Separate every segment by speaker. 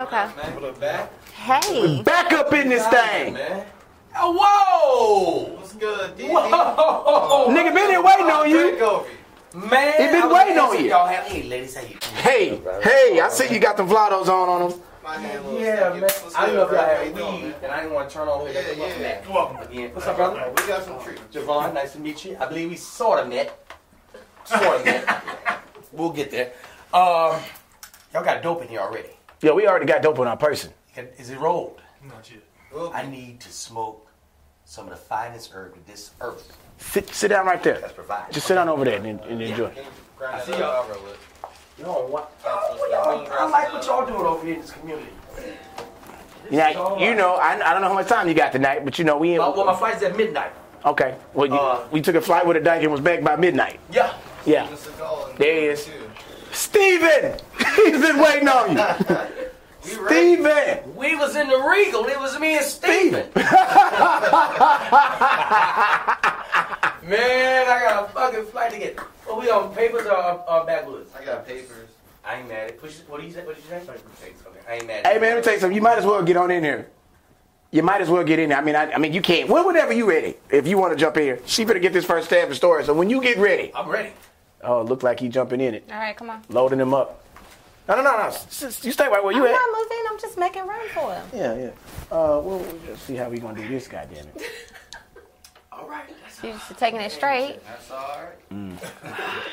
Speaker 1: Okay.
Speaker 2: Man, put it back.
Speaker 1: Hey.
Speaker 3: Back up in this thing.
Speaker 2: Man.
Speaker 4: Oh,
Speaker 2: What's good, D?
Speaker 4: whoa!
Speaker 3: Nigga been here waiting on you.
Speaker 4: Oh, Man,
Speaker 3: He been
Speaker 4: I was
Speaker 3: waiting
Speaker 4: gonna
Speaker 3: on
Speaker 4: say
Speaker 3: you.
Speaker 4: Y'all have, hey, ladies, how you doing?
Speaker 3: Hey, hey, I see you got the Vlados on on them.
Speaker 4: Yeah, man. I didn't know if y'all had weed, and I didn't want to turn on here.
Speaker 2: Yeah,
Speaker 4: What's
Speaker 2: yeah.
Speaker 4: up, man? Welcome again. What's up,
Speaker 2: We
Speaker 4: brother?
Speaker 2: got some treats.
Speaker 4: Javon, nice to meet you. I believe we sort of met. Sort of met. We'll get there. Um, y'all got dope in here already.
Speaker 3: Yo, we already got dope on our person.
Speaker 4: Is it rolled?
Speaker 5: Not yet.
Speaker 2: We'll
Speaker 4: I need to smoke some of the finest herb that this earth
Speaker 3: Sit, sit down right there.
Speaker 4: has provided.
Speaker 3: Just sit down over there and, and enjoy.
Speaker 2: grind
Speaker 4: I see
Speaker 2: it
Speaker 4: y'all.
Speaker 2: up. I'll roll it.
Speaker 4: Y'all want? Oh, y'all, I like what y'all doing over here in this community.
Speaker 3: Yeah, you know, I, I don't know how much time you got tonight, but you know we in.
Speaker 4: My, well, my flight's at midnight.
Speaker 3: Okay, well you,
Speaker 4: Uh,
Speaker 3: we took a flight with a dyke and was back by midnight.
Speaker 4: Yeah.
Speaker 3: Yeah,
Speaker 2: It's a call.
Speaker 3: There he is.
Speaker 2: Two.
Speaker 3: Steven, he's been waiting on you.
Speaker 2: We ready.
Speaker 3: Steven,
Speaker 4: We was in the Regal. It was me and Steven. Man, I got a fucking flight to get. Well, we on papers or, or backwoods?
Speaker 2: I got papers.
Speaker 4: I ain't mad at it. Push it. What do you say? What did you say? Okay, I ain't mad at
Speaker 3: hey man, let me tell you something. You might as well get on in here. You might as well get in there. I mean, I, I mean, you can't. Well, whenever you ready, if you want to jump in here, she better get this first stab of story. So when you get ready,
Speaker 4: I'm ready.
Speaker 3: oh, look like he jumping in it.
Speaker 1: All right, come on.
Speaker 3: loading him up. No, no, no, no. S- s- You stay right where you
Speaker 1: I'm
Speaker 3: at.
Speaker 1: not moving. I'm just making room for him.
Speaker 3: Yeah, yeah. Uh, well, we'll just see how we gonna do this, goddamn it.
Speaker 4: All right. That's
Speaker 1: She's just taking it straight.
Speaker 2: That's all right.
Speaker 3: Mm.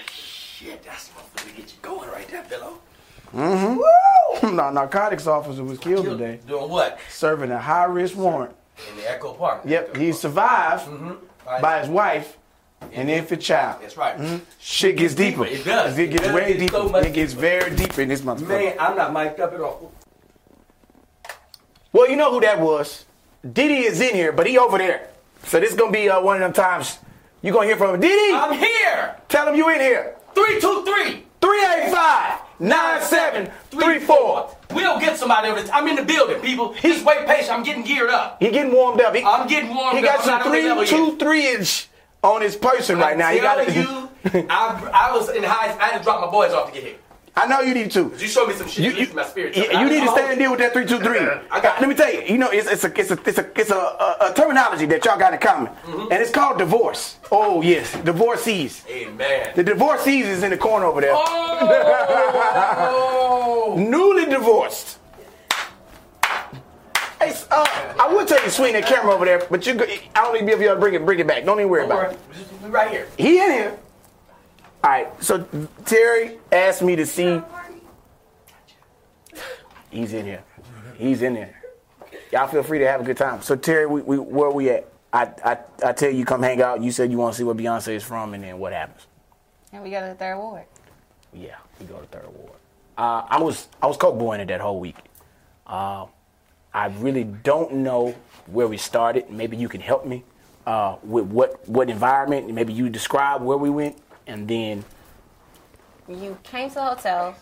Speaker 4: shit. That's supposed to get you going right there, fellow.
Speaker 3: no, Mm-hmm. narcotics officer was killed today,
Speaker 4: Doing what?
Speaker 3: serving a high risk warrant.
Speaker 4: In the Echo Park.
Speaker 3: Yep, he survived by his wife and infant child.
Speaker 4: Mm-hmm. That's right.
Speaker 3: Shit gets deeper.
Speaker 4: It does.
Speaker 3: It gets
Speaker 4: It
Speaker 3: way
Speaker 4: does. It's
Speaker 3: deeper.
Speaker 4: so much
Speaker 3: it gets very deep in this motherfucker.
Speaker 4: Man, I'm not mic'd up at all.
Speaker 3: Well, you know who that was. Diddy is in here, but he over there. So this gonna be uh, one of them times you gonna hear from him. Diddy,
Speaker 4: I'm here.
Speaker 3: tell him you in here.
Speaker 4: Three, two, three.
Speaker 3: 385 9734.
Speaker 4: We'll get somebody over this. I'm in the building, people. He's wait patient. I'm getting geared up.
Speaker 3: He getting warmed up. He,
Speaker 4: I'm getting warmed
Speaker 3: he got
Speaker 4: up. I'm
Speaker 3: some
Speaker 4: not on that
Speaker 3: three,
Speaker 4: level
Speaker 3: two,
Speaker 4: yet.
Speaker 3: three inch on his person right now.
Speaker 4: I'm
Speaker 3: He got
Speaker 4: telling you, I, I was in high. I had to drop my boys off to get here.
Speaker 3: I know you need to.
Speaker 4: You showed me some shit.
Speaker 3: You,
Speaker 4: You,
Speaker 3: you,
Speaker 4: my spirit.
Speaker 3: you-
Speaker 4: I-
Speaker 3: you need to
Speaker 4: I'm
Speaker 3: stand and deal with that three two three.
Speaker 4: I got-
Speaker 3: Let me tell you, you know, it's, it's a it's a it's a it's a, a, a terminology that y'all got in common,
Speaker 4: Mm-hmm.
Speaker 3: and it's called divorce. Oh yes, divorcees. The
Speaker 4: Amen.
Speaker 3: divorcees is in the corner over there.
Speaker 4: Oh,
Speaker 3: Newly divorced. Hey, s- uh, I would tell you to swing that camera over there, but you go- I don't even be able to bring it bring it back. Don't even worry
Speaker 4: Don't
Speaker 3: about it.
Speaker 4: worry. We right here.
Speaker 3: He in here. All right. So Terry asked me to see. He's in here. He's in there. Y'all feel free to have a good time. So Terry, we, we where we at? I, I I tell you, come hang out. You said you want to see where Beyonce is from, and then what happens?
Speaker 1: And we go to the third ward.
Speaker 3: Yeah, we go to Third Ward. Uh, I was I was coke boying it that whole week. Uh, I really don't know where we started. Maybe you can help me uh, with what what environment. Maybe you describe where we went, and then
Speaker 1: You came to the hotel,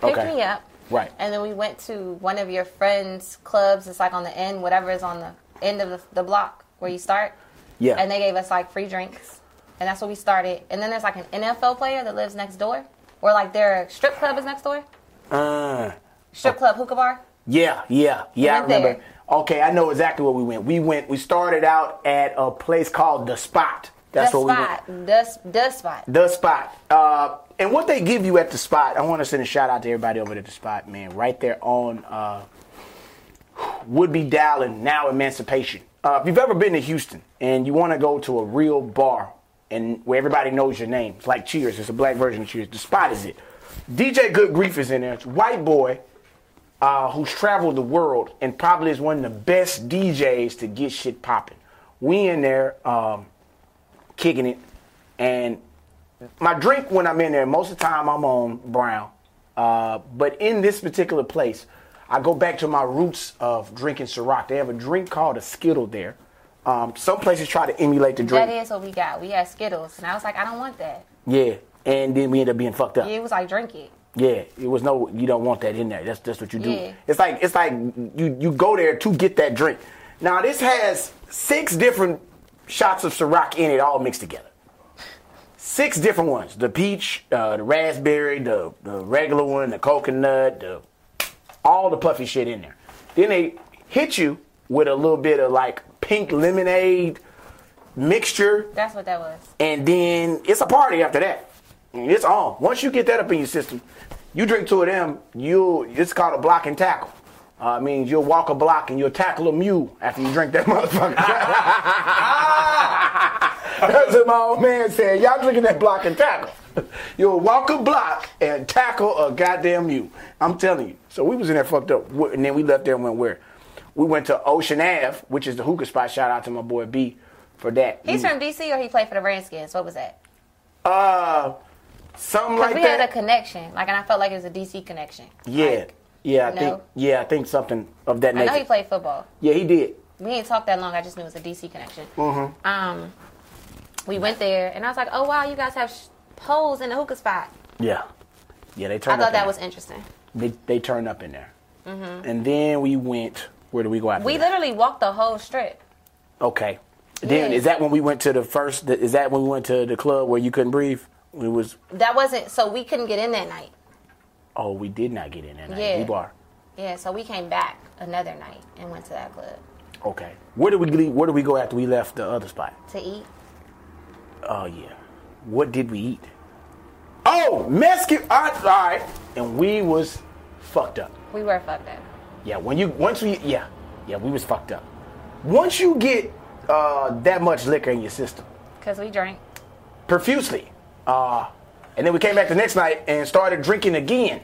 Speaker 1: picked
Speaker 3: Okay.
Speaker 1: me up,
Speaker 3: right.
Speaker 1: and then we went to one of your friends' clubs. It's like on the end, whatever is on the end of the, the block where you start.
Speaker 3: Yeah.
Speaker 1: And they gave us like free drinks, and that's where we started. And then there's like an NFL player that lives next door, or like their strip club is next door.
Speaker 3: uh,
Speaker 1: Strip club, hookah bar.
Speaker 3: yeah, yeah, yeah. I
Speaker 1: Went there.
Speaker 3: remember. Okay, I know exactly where we went. We went. We started out at a place called the Spot. That's
Speaker 1: the
Speaker 3: where we went.
Speaker 1: spot, the, the spot.
Speaker 3: The spot. Uh, and what they give you at the spot, I want to send a shout out to everybody over at the spot, man. Right there on uh, would be Dallin, now Emancipation. Uh, if you've ever been to Houston and you want to go to a real bar and where everybody knows your name, it's like Cheers, it's a black version of Cheers. The spot is it. DJ Good Grief is in there. It's a white boy uh, who's traveled the world and probably is one of the best DJs to get shit popping. We in there um, kicking it, and my drink when I'm in there, most of the time I'm on brown. Uh, but in this particular place, I go back to my roots of drinking Ciroc. They have a drink called a Skittle there. Um, some places try to emulate the drink.
Speaker 1: That is what we got. We had Skittles, and I was like, I don't want that.
Speaker 3: Yeah, and then we end up being fucked up.
Speaker 1: It was like, drink it.
Speaker 3: Yeah, it was no. You don't want that in there. That's that's what you do.
Speaker 1: Yeah.
Speaker 3: It's like it's like you you go there to get that drink. Now this has six different shots of Ciroc in it, all mixed together. Six different ones: the peach, uh, the raspberry, the the regular one, the coconut, the all the puffy shit in there. Then they hit you with a little bit of like pink lemonade mixture,
Speaker 1: That's what that was.
Speaker 3: and then it's a party after that. And It's on. Once you get that up in your system, you drink two of them, you it's called a block and tackle. Uh, it means you'll walk a block and you'll tackle a mule after you drink that motherfucker. That's what my old man said. Y'all drinking that block and tackle. You'll walk a block and tackle a goddamn mule. I'm telling you. So we was in there fucked up, Wh- and then we left there and went where? We went to Ocean Ave, which is the hookah spot. Shout out to my boy B for that.
Speaker 1: He's
Speaker 3: Mm.
Speaker 1: from DC or he played for the Redskins. What was that?
Speaker 3: uh, something
Speaker 1: 'Cause
Speaker 3: like
Speaker 1: we
Speaker 3: that.
Speaker 1: had a connection, like, and I felt like it was a DC connection.
Speaker 3: yeah,
Speaker 1: Like,
Speaker 3: yeah, I
Speaker 1: no.
Speaker 3: think yeah, I think something of that
Speaker 1: I
Speaker 3: nature.
Speaker 1: know he played football.
Speaker 3: yeah, he did.
Speaker 1: We ain't talked that long. I just knew it was a DC connection.
Speaker 3: Mm-hmm.
Speaker 1: Um, we went there, and I was like, "Oh wow, you guys have sh- poles in the hookah spot."
Speaker 3: Yeah, yeah, they
Speaker 1: I
Speaker 3: turned. up
Speaker 1: thought that
Speaker 3: in there.
Speaker 1: was interesting.
Speaker 3: they they turned up in there, and then we went. Where do we go after?
Speaker 1: We
Speaker 3: that?
Speaker 1: literally walked the whole strip.
Speaker 3: Okay. Then
Speaker 1: Yes.
Speaker 3: is that when we went to the first? Is that when we went to the club where you couldn't breathe? It was.
Speaker 1: That wasn't so we couldn't get in that night.
Speaker 3: Oh, we did not get in that night.
Speaker 1: Yeah.
Speaker 3: We bar.
Speaker 1: Yeah, so we came back another night and went to that club
Speaker 3: Okay. Where did we leave, Where did we go after we left the other spot?
Speaker 1: to eat.
Speaker 3: Oh yeah. What did we eat? Oh, Mexican. All right. all right. And we was fucked up.
Speaker 1: We were fucked up.
Speaker 3: Yeah. When you once we yeah yeah we was fucked up. Once you get uh, that much liquor in your system,
Speaker 1: Cause we drank.
Speaker 3: profusely. Uh, and then we came back the next night and started drinking again.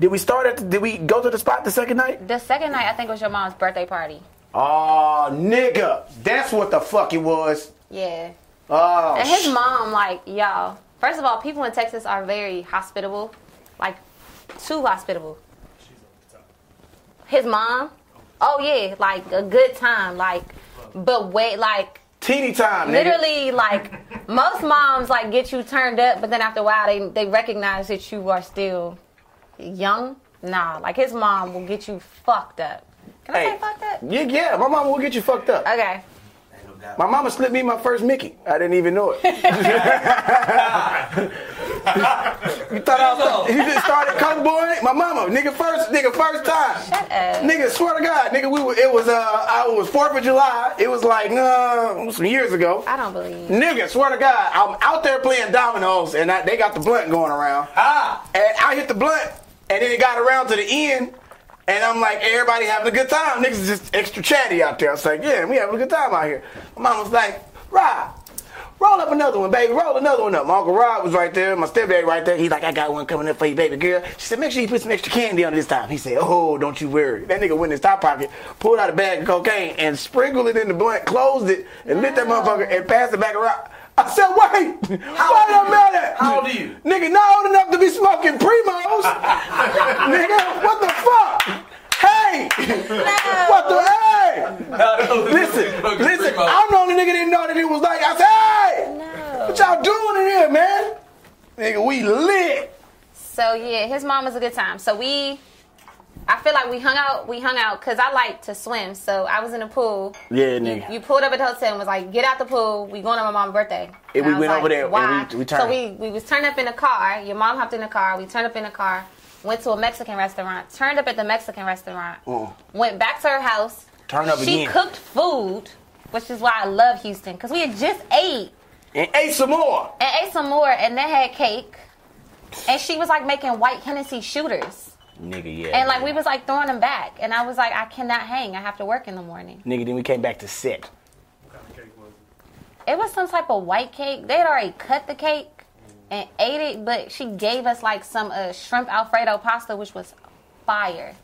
Speaker 3: Did we start at? The, did we go to the spot the second night?
Speaker 1: The second night I think was your mom's birthday party.
Speaker 3: Oh, nigga, that's what the fuck it was.
Speaker 1: Yeah.
Speaker 3: Oh,
Speaker 1: And his
Speaker 3: sh-
Speaker 1: mom, like, y'all, first of all, people in Texas are very hospitable. Like, too hospitable. His mom? Oh, yeah. Like, a good time. Like, but wait, like,
Speaker 3: teeny time, nigga.
Speaker 1: literally, like, most moms, like, get you turned up, but then after a while, they, they recognize that you are still young. Nah, like, his mom will get you fucked up. Can I
Speaker 3: Hey,
Speaker 1: say fucked up?
Speaker 3: Yeah, yeah, my mama will get you fucked up.
Speaker 1: Okay.
Speaker 6: Ain't no doubt.
Speaker 3: my mama slipped me my first Mickey. I didn't even know it. you thought I was? You just started coke boy? My mama, nigga, first, nigga, first time.
Speaker 1: Shut up.
Speaker 3: Nigga, swear to God, nigga, we were, it was uh, I was Fourth of July. It was like uh, it was some years ago.
Speaker 1: I don't believe. you.
Speaker 3: Nigga, swear to God, I'm out there playing dominoes, and I, they got the blunt going around.
Speaker 6: Ah!
Speaker 3: And I hit the blunt, and then it got around to the end, and I'm like, everybody having a good time. Niggas just extra chatty out there. I was like, yeah, we having a good time out here. My mom was like, Rob, roll up another one, baby. Roll another one up. My Uncle Rob was right there. My stepdad right there. He's like, I got one coming up for you, baby girl. She said, make sure you put some extra candy on it this time. He said, oh, don't you worry. That nigga went in his top pocket, pulled out a bag of cocaine, and sprinkled it in the blunt, closed it, and lit that motherfucker, and passed it back around. I said, wait, wait a
Speaker 6: old are you?
Speaker 3: minute.
Speaker 6: How old are you?
Speaker 3: Nigga, not old enough to be smoking primos. nigga, what the fuck? Hey! What the hey? Listen, listen, I'm the only nigga that didn't know that it was like, I said, hey!
Speaker 1: No.
Speaker 3: What y'all doing in here, man? Nigga, we lit.
Speaker 1: So yeah, his mom was a good time. So we, I feel like we hung out. We hung out because I like to swim. So I was in the pool.
Speaker 3: Yeah,
Speaker 1: You pulled up at the hotel and was like, "Get out the pool. We going on my mom's birthday."
Speaker 3: And
Speaker 1: I
Speaker 3: we
Speaker 1: was
Speaker 3: went
Speaker 1: like,
Speaker 3: over there and
Speaker 1: Why?
Speaker 3: we- we
Speaker 1: so
Speaker 3: turned.
Speaker 1: we we was turned up in the car. Your mom hopped in the car. We turned up in the car. Went to a Mexican restaurant. Turned up at the Mexican restaurant.
Speaker 3: Mm.
Speaker 1: Went back to her house.
Speaker 3: Turned up
Speaker 1: she
Speaker 3: again.
Speaker 1: cooked food, which is why I love Houston because we had just ate
Speaker 3: And ate some more.
Speaker 1: and ate some more, and then had cake. And she was like making white Hennessy shooters,
Speaker 3: Nigga, yeah.
Speaker 1: and like we was like throwing them back. And I was like, I cannot hang. I have to work in the morning.
Speaker 3: Nigga, then we came back to set.
Speaker 1: It was some type of white cake. They had already cut the cake and ate it, but she gave us like some uh, shrimp Alfredo pasta, which was fire.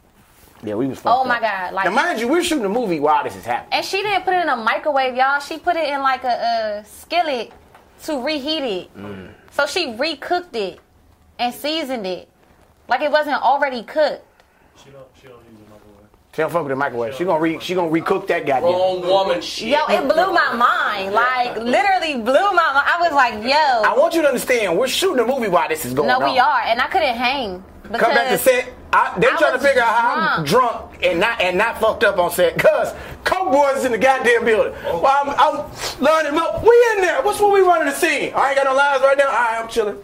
Speaker 3: Yeah, we was fucked
Speaker 1: Oh my
Speaker 3: up.
Speaker 1: God, like-
Speaker 3: now, mind you, we're shooting a movie while this is happening.
Speaker 1: And she didn't put it in a microwave, y'all. She put it in like a, uh skillet to reheat it. So she recooked it and seasoned it, like it wasn't already cooked.
Speaker 7: She don't, she don't use a microwave.
Speaker 3: She don't fuck with the microwave. She gonna, re- she gonna recook that goddamn.
Speaker 6: Wrong woman shit.
Speaker 1: Yo, it blew my mind. Like literally blew my mind. I was like,
Speaker 3: I
Speaker 1: yo,
Speaker 3: want you to understand, we're shooting a movie while this is going
Speaker 1: no,
Speaker 3: on.
Speaker 1: we are, and I couldn't hang because
Speaker 3: Come back to set. I, they
Speaker 1: I
Speaker 3: trying to
Speaker 1: was
Speaker 3: figure out how I'm drunk and not and not fucked up on set. Cause Coke Boys is in the goddamn building. Well, I'm, I'm lining them up. We in there. What's what we running the scene? I ain't got no lines right now. All right, I'm chilling.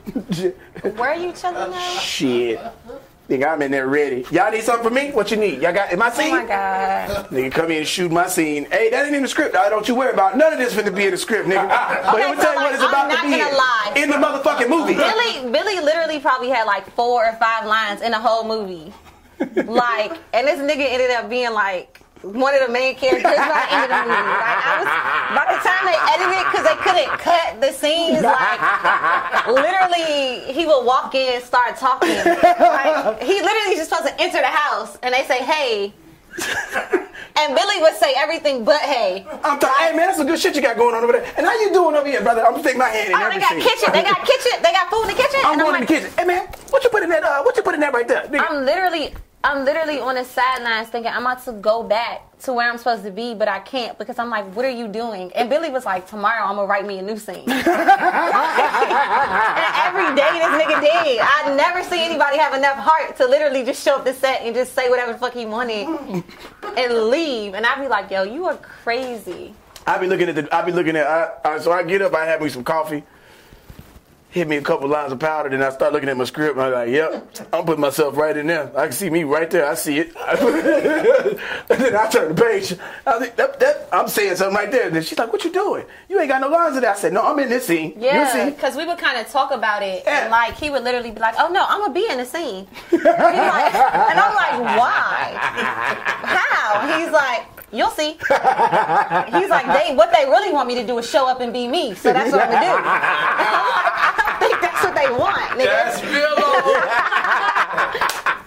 Speaker 1: Where are you chilling now?
Speaker 3: Shit. Think I'm in there ready. Y'all need something from me? What you need? Y'all got in my
Speaker 1: Oh
Speaker 3: scene?
Speaker 1: my god.
Speaker 3: Nigga, come in and shoot my scene. Hey, that ain't in the script. I don't you worry about it. none of this finna be in the script, nigga. But
Speaker 1: Okay,
Speaker 3: let me
Speaker 1: so,
Speaker 3: tell you what it's
Speaker 1: like,
Speaker 3: about
Speaker 1: I'm
Speaker 3: to
Speaker 1: not
Speaker 3: be
Speaker 1: gonna
Speaker 3: in.
Speaker 1: lie.
Speaker 3: in the motherfucking movie.
Speaker 1: Billy Billy literally probably had like four or five lines in the whole movie. Like, and this nigga ended up being like one of the main characters by the end of the movie. Like, I was by the time they edited because they couldn't cut the scenes. Like, literally, he would walk in, start talking. Like, he literally just supposed to enter the house, and they say, "Hey." And Billy would say everything but hey.
Speaker 3: I'm talking, hey man, that's some good shit you got going on over there. And how you doing over here, brother? I'm gonna stick my hand in
Speaker 1: Oh, they
Speaker 3: every
Speaker 1: got
Speaker 3: scene.
Speaker 1: kitchen. They got kitchen. They got food in the kitchen.
Speaker 3: I'm
Speaker 1: and
Speaker 3: going
Speaker 1: I'm like,
Speaker 3: in the kitchen. Hey man, what you put in that uh what you put in that right there? Nigga,
Speaker 1: I'm literally, I'm literally on the sidelines thinking I'm about to go back to where I'm supposed to be, but I can't because I'm like, what are you doing? And Billy was like, tomorrow I'm gonna write me a new scene. and every day this nigga did. I never see anybody have enough heart to literally just show up to set and just say whatever the fuck he wanted and leave. And I'd be like, yo, you are crazy.
Speaker 3: I be looking at the I be looking at I, I so I get up, I have me some coffee. Hit me a couple lines of powder, then I start looking at my script. And I'm like, "Yep, I'm putting myself right in there. I can see me right there. I see it." and then I turn the page. I was like, "That- that- I'm saying something right there. And then she's like, "What you doing? You ain't got no lines in there." I said, "No, I'm in this scene.
Speaker 1: Yeah,
Speaker 3: you see."
Speaker 1: because we would kind of talk about it,
Speaker 3: Yeah.
Speaker 1: and like he would literally be like, "Oh no, I'm gonna be in the scene," He's like- and I'm like, "Why? How?" And He's like, "You'll see." He's like, "They what they really want me to do is show up and be me, so that's what I'm gonna do." I'm like, I don't think that's what they want, nigga.
Speaker 6: That's Bill.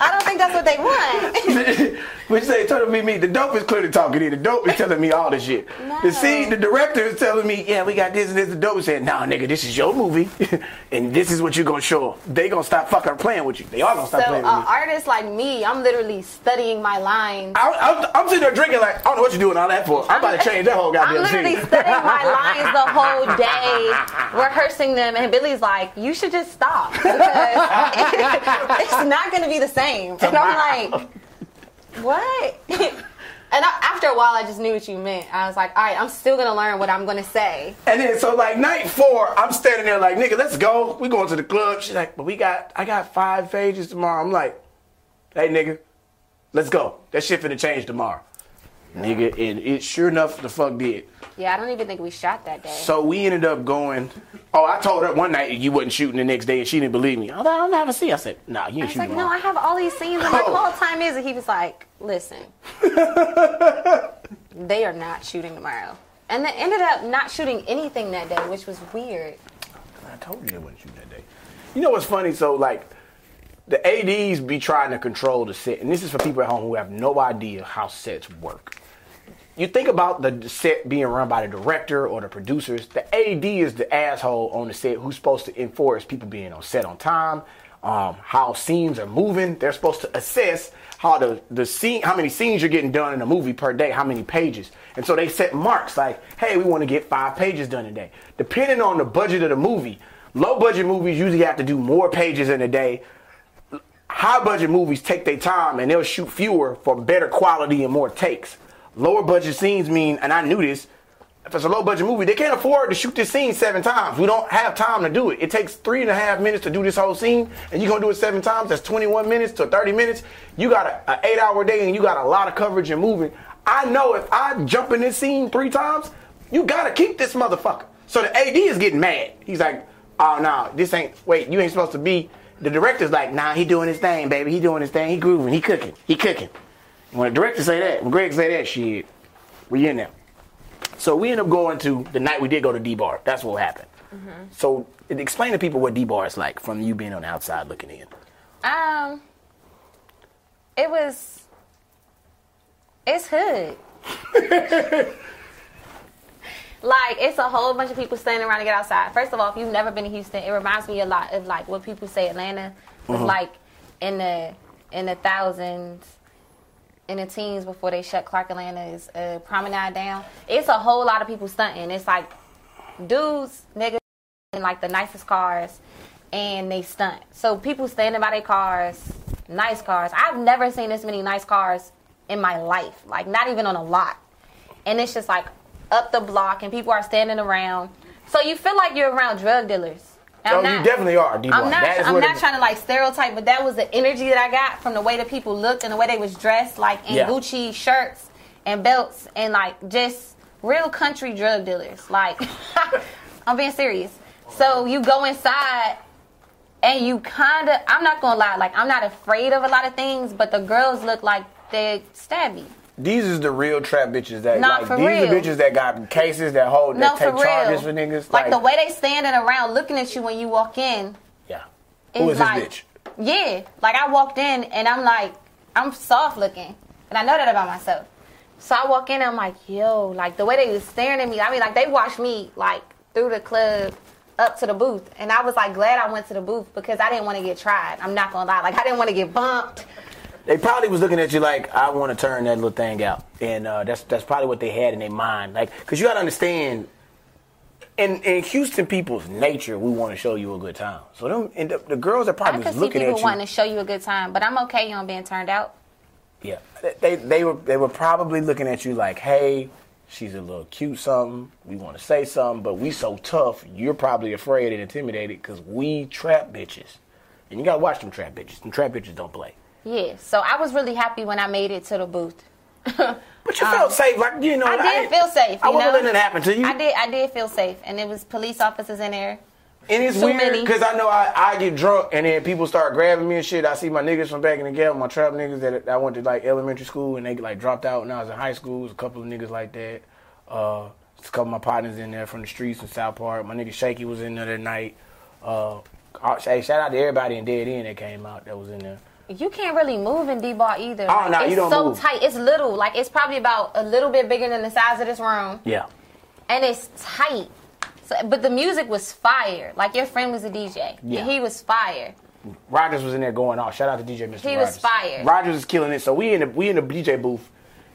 Speaker 1: I don't think that's what they want.
Speaker 3: Which they telling me, me the dope is clearly talking here. The dope is telling me all this shit.
Speaker 1: No.
Speaker 3: The scene, the director is telling me, yeah, we got this and this. The dope is saying, nah, nigga, this is your movie, and this is what you gonna show. 'em. They gonna stop fucking playing with you. They all gonna
Speaker 1: so, uh,
Speaker 3: stop
Speaker 1: an
Speaker 3: playing with you.
Speaker 1: artist like me, I'm literally studying my lines.
Speaker 3: I, I, I'm sitting there drinking like I don't know what you're doing all that for. I'm about to change that whole
Speaker 1: I'm
Speaker 3: goddamn
Speaker 1: literally
Speaker 3: scene.
Speaker 1: studying my lines the whole day, rehearsing them, and Billy's like, "You should just stop because it's not going to be the same." And I'm like, "What?" And I, after a while, I just knew what you meant. I was like, "All right, I'm still going to learn what I'm going to say."
Speaker 3: And then so like night four, I'm standing there like, nigga, let's go. We going to the club. She's like, but we got I got five pages tomorrow. I'm like, hey nigga, let's go. That shit finna change tomorrow. Nigga, and it sure enough the fuck did.
Speaker 1: Yeah, I don't even think we shot that day.
Speaker 3: So we ended up going. Oh, I told her one night you wasn't shooting the next day, and she didn't believe me. I was like, I'll never see. I said, Nah, you ain't
Speaker 1: I was like,
Speaker 3: shooting.
Speaker 1: "No, I
Speaker 3: tomorrow."
Speaker 1: have all these scenes, and my
Speaker 3: Oh.
Speaker 1: call time is." And he was like, "Listen, they are not shooting tomorrow." And they ended up not shooting anything that day, which was weird.
Speaker 3: I told you they wouldn't shoot that day. You know what's funny? So like, the ads be trying to control the set, and this is for people at home who have no idea how sets work. You think about the set being run by the director or the producers. The AD is the asshole on the set who's supposed to enforce people being on set on time, um, how scenes are moving. They're supposed to assess how the, the scene, how many scenes you're getting done in a movie per day, how many pages. And so they set marks like, hey, we want to get five pages done a day. Depending on the budget of the movie, low budget movies usually have to do more pages in a day high budget movies take their time and they'll shoot fewer for better quality and more takes. Lower budget scenes mean, and I knew this, if it's a low budget movie, they can't afford to shoot this scene seven times. We don't have time to do it. It takes three and a half minutes to do this whole scene, and you're gonna do it seven times. That's 21 minutes to 30 minutes. You got a an eight hour day and you got a lot of coverage and moving. I know if I jump in this scene three times, you gotta keep this motherfucker. So the AD is getting mad. He's like, oh no, this ain't, wait, you ain't supposed to be. The director's like, nah, he doing his thing, baby. He doing his thing. He grooving. He cooking. He cooking. And when the director say that, when Greg say that, shit, we in there. So we end up going to the night we did go to D Bar. That's what happened.
Speaker 1: Mm-hmm.
Speaker 3: So explain to people what D Bar is like from you being on the outside looking in.
Speaker 1: Um, it was. It's hood. like it's a whole bunch of people standing around to get outside. First of all, if you've never been to Houston, it reminds me a lot of like what people say Atlanta was like in the in the thousands. In the teens before they shut Clark Atlanta's uh, promenade down, it's a whole lot of people stunting. It's like dudes, niggas in like the nicest cars and they stunt. So people standing by their cars, nice cars. I've never seen this many nice cars in my life, like not even on a lot. And it's just like up the block and people are standing around. So you feel like you're around drug dealers I'm
Speaker 3: oh,
Speaker 1: not-
Speaker 3: you definitely are D1.
Speaker 1: I'm not.
Speaker 3: That is
Speaker 1: I'm
Speaker 3: what it
Speaker 1: not
Speaker 3: is.
Speaker 1: trying to like stereotype, but that was the energy that I got from the way that people looked and the way they was dressed, like in
Speaker 3: Yeah.
Speaker 1: Gucci shirts and belts and like just real country drug dealers. Like, I'm being serious. So you go inside and you kind of. I'm not gonna lie. Like, I'm not afraid of a lot of things, but the girls look like they stabby.
Speaker 3: These is the real trap bitches that
Speaker 1: Nah,
Speaker 3: like
Speaker 1: for
Speaker 3: these the
Speaker 1: real.
Speaker 3: bitches that got cases that hold
Speaker 1: No,
Speaker 3: that
Speaker 1: for
Speaker 3: take charges for
Speaker 1: real.
Speaker 3: niggas.
Speaker 1: Like, the way they standing around looking at you when you walk in.
Speaker 3: Yeah.
Speaker 1: is
Speaker 3: Who is
Speaker 1: like,
Speaker 3: this bitch?
Speaker 1: Yeah, like I walked in and I'm like, I'm soft looking, and I know that about myself. So I walk in and I'm like, yo, like the way they was staring at me. I mean, like they watched me like through the club up to the booth, and I was like glad I went to the booth because I didn't want to get tried. I'm not gonna lie, like I didn't want to get bumped.
Speaker 3: They probably was looking at you like, I want to turn that little thing out, and uh, that's that's probably what they had in their mind. Like, cause you gotta understand, in in Houston people's nature, we want to show you a good time. So them and the, the girls that
Speaker 1: I
Speaker 3: probably
Speaker 1: could
Speaker 3: was
Speaker 1: see
Speaker 3: looking
Speaker 1: people
Speaker 3: at you,
Speaker 1: wanting to show you a good time, but I'm okay on being turned out.
Speaker 3: yeah, they they were they were probably looking at you like, hey, she's a little cute, something. We want to say something, but we so tough. You're probably afraid and intimidated because we trap bitches, and you gotta watch them trap bitches. Them trap bitches don't play.
Speaker 1: Yeah, so I was really happy when I made it to the booth.
Speaker 3: But you felt safe, like you know.
Speaker 1: Um, I did
Speaker 3: ain't-
Speaker 1: feel safe.
Speaker 3: I
Speaker 1: you
Speaker 3: wasn't
Speaker 1: know?
Speaker 3: letting it happen to you.
Speaker 1: I did. I did feel safe, and it was police officers in there.
Speaker 3: And it's
Speaker 1: Too
Speaker 3: weird
Speaker 1: many.
Speaker 3: because I know I, I get drunk and then people start grabbing me and shit. I see my niggas from back in the gap, my trap niggas that I went to like elementary school and they like dropped out when I was in high school. There's a couple of niggas like that. Uh, there's a couple of my partners in there from the streets in South Park. My nigga Shaky was in there that night. Uh, I- hey, shout out to everybody in Dead End that came out that was in there.
Speaker 1: You can't really move in D ball either.
Speaker 3: Oh, no,
Speaker 1: it's
Speaker 3: you don't
Speaker 1: so
Speaker 3: move.
Speaker 1: tight. It's little. Like it's probably about a little bit bigger than the size of this room,
Speaker 3: Yeah.
Speaker 1: and it's tight. So, but the music was fire. Like your friend was a DJ.
Speaker 3: Yeah.
Speaker 1: He was fire.
Speaker 3: Rogers was in there going off. Shout out to DJ Mr.
Speaker 1: He
Speaker 3: Rogers.
Speaker 1: was fired.
Speaker 3: Rogers is killing it. So we in the we in the DJ booth.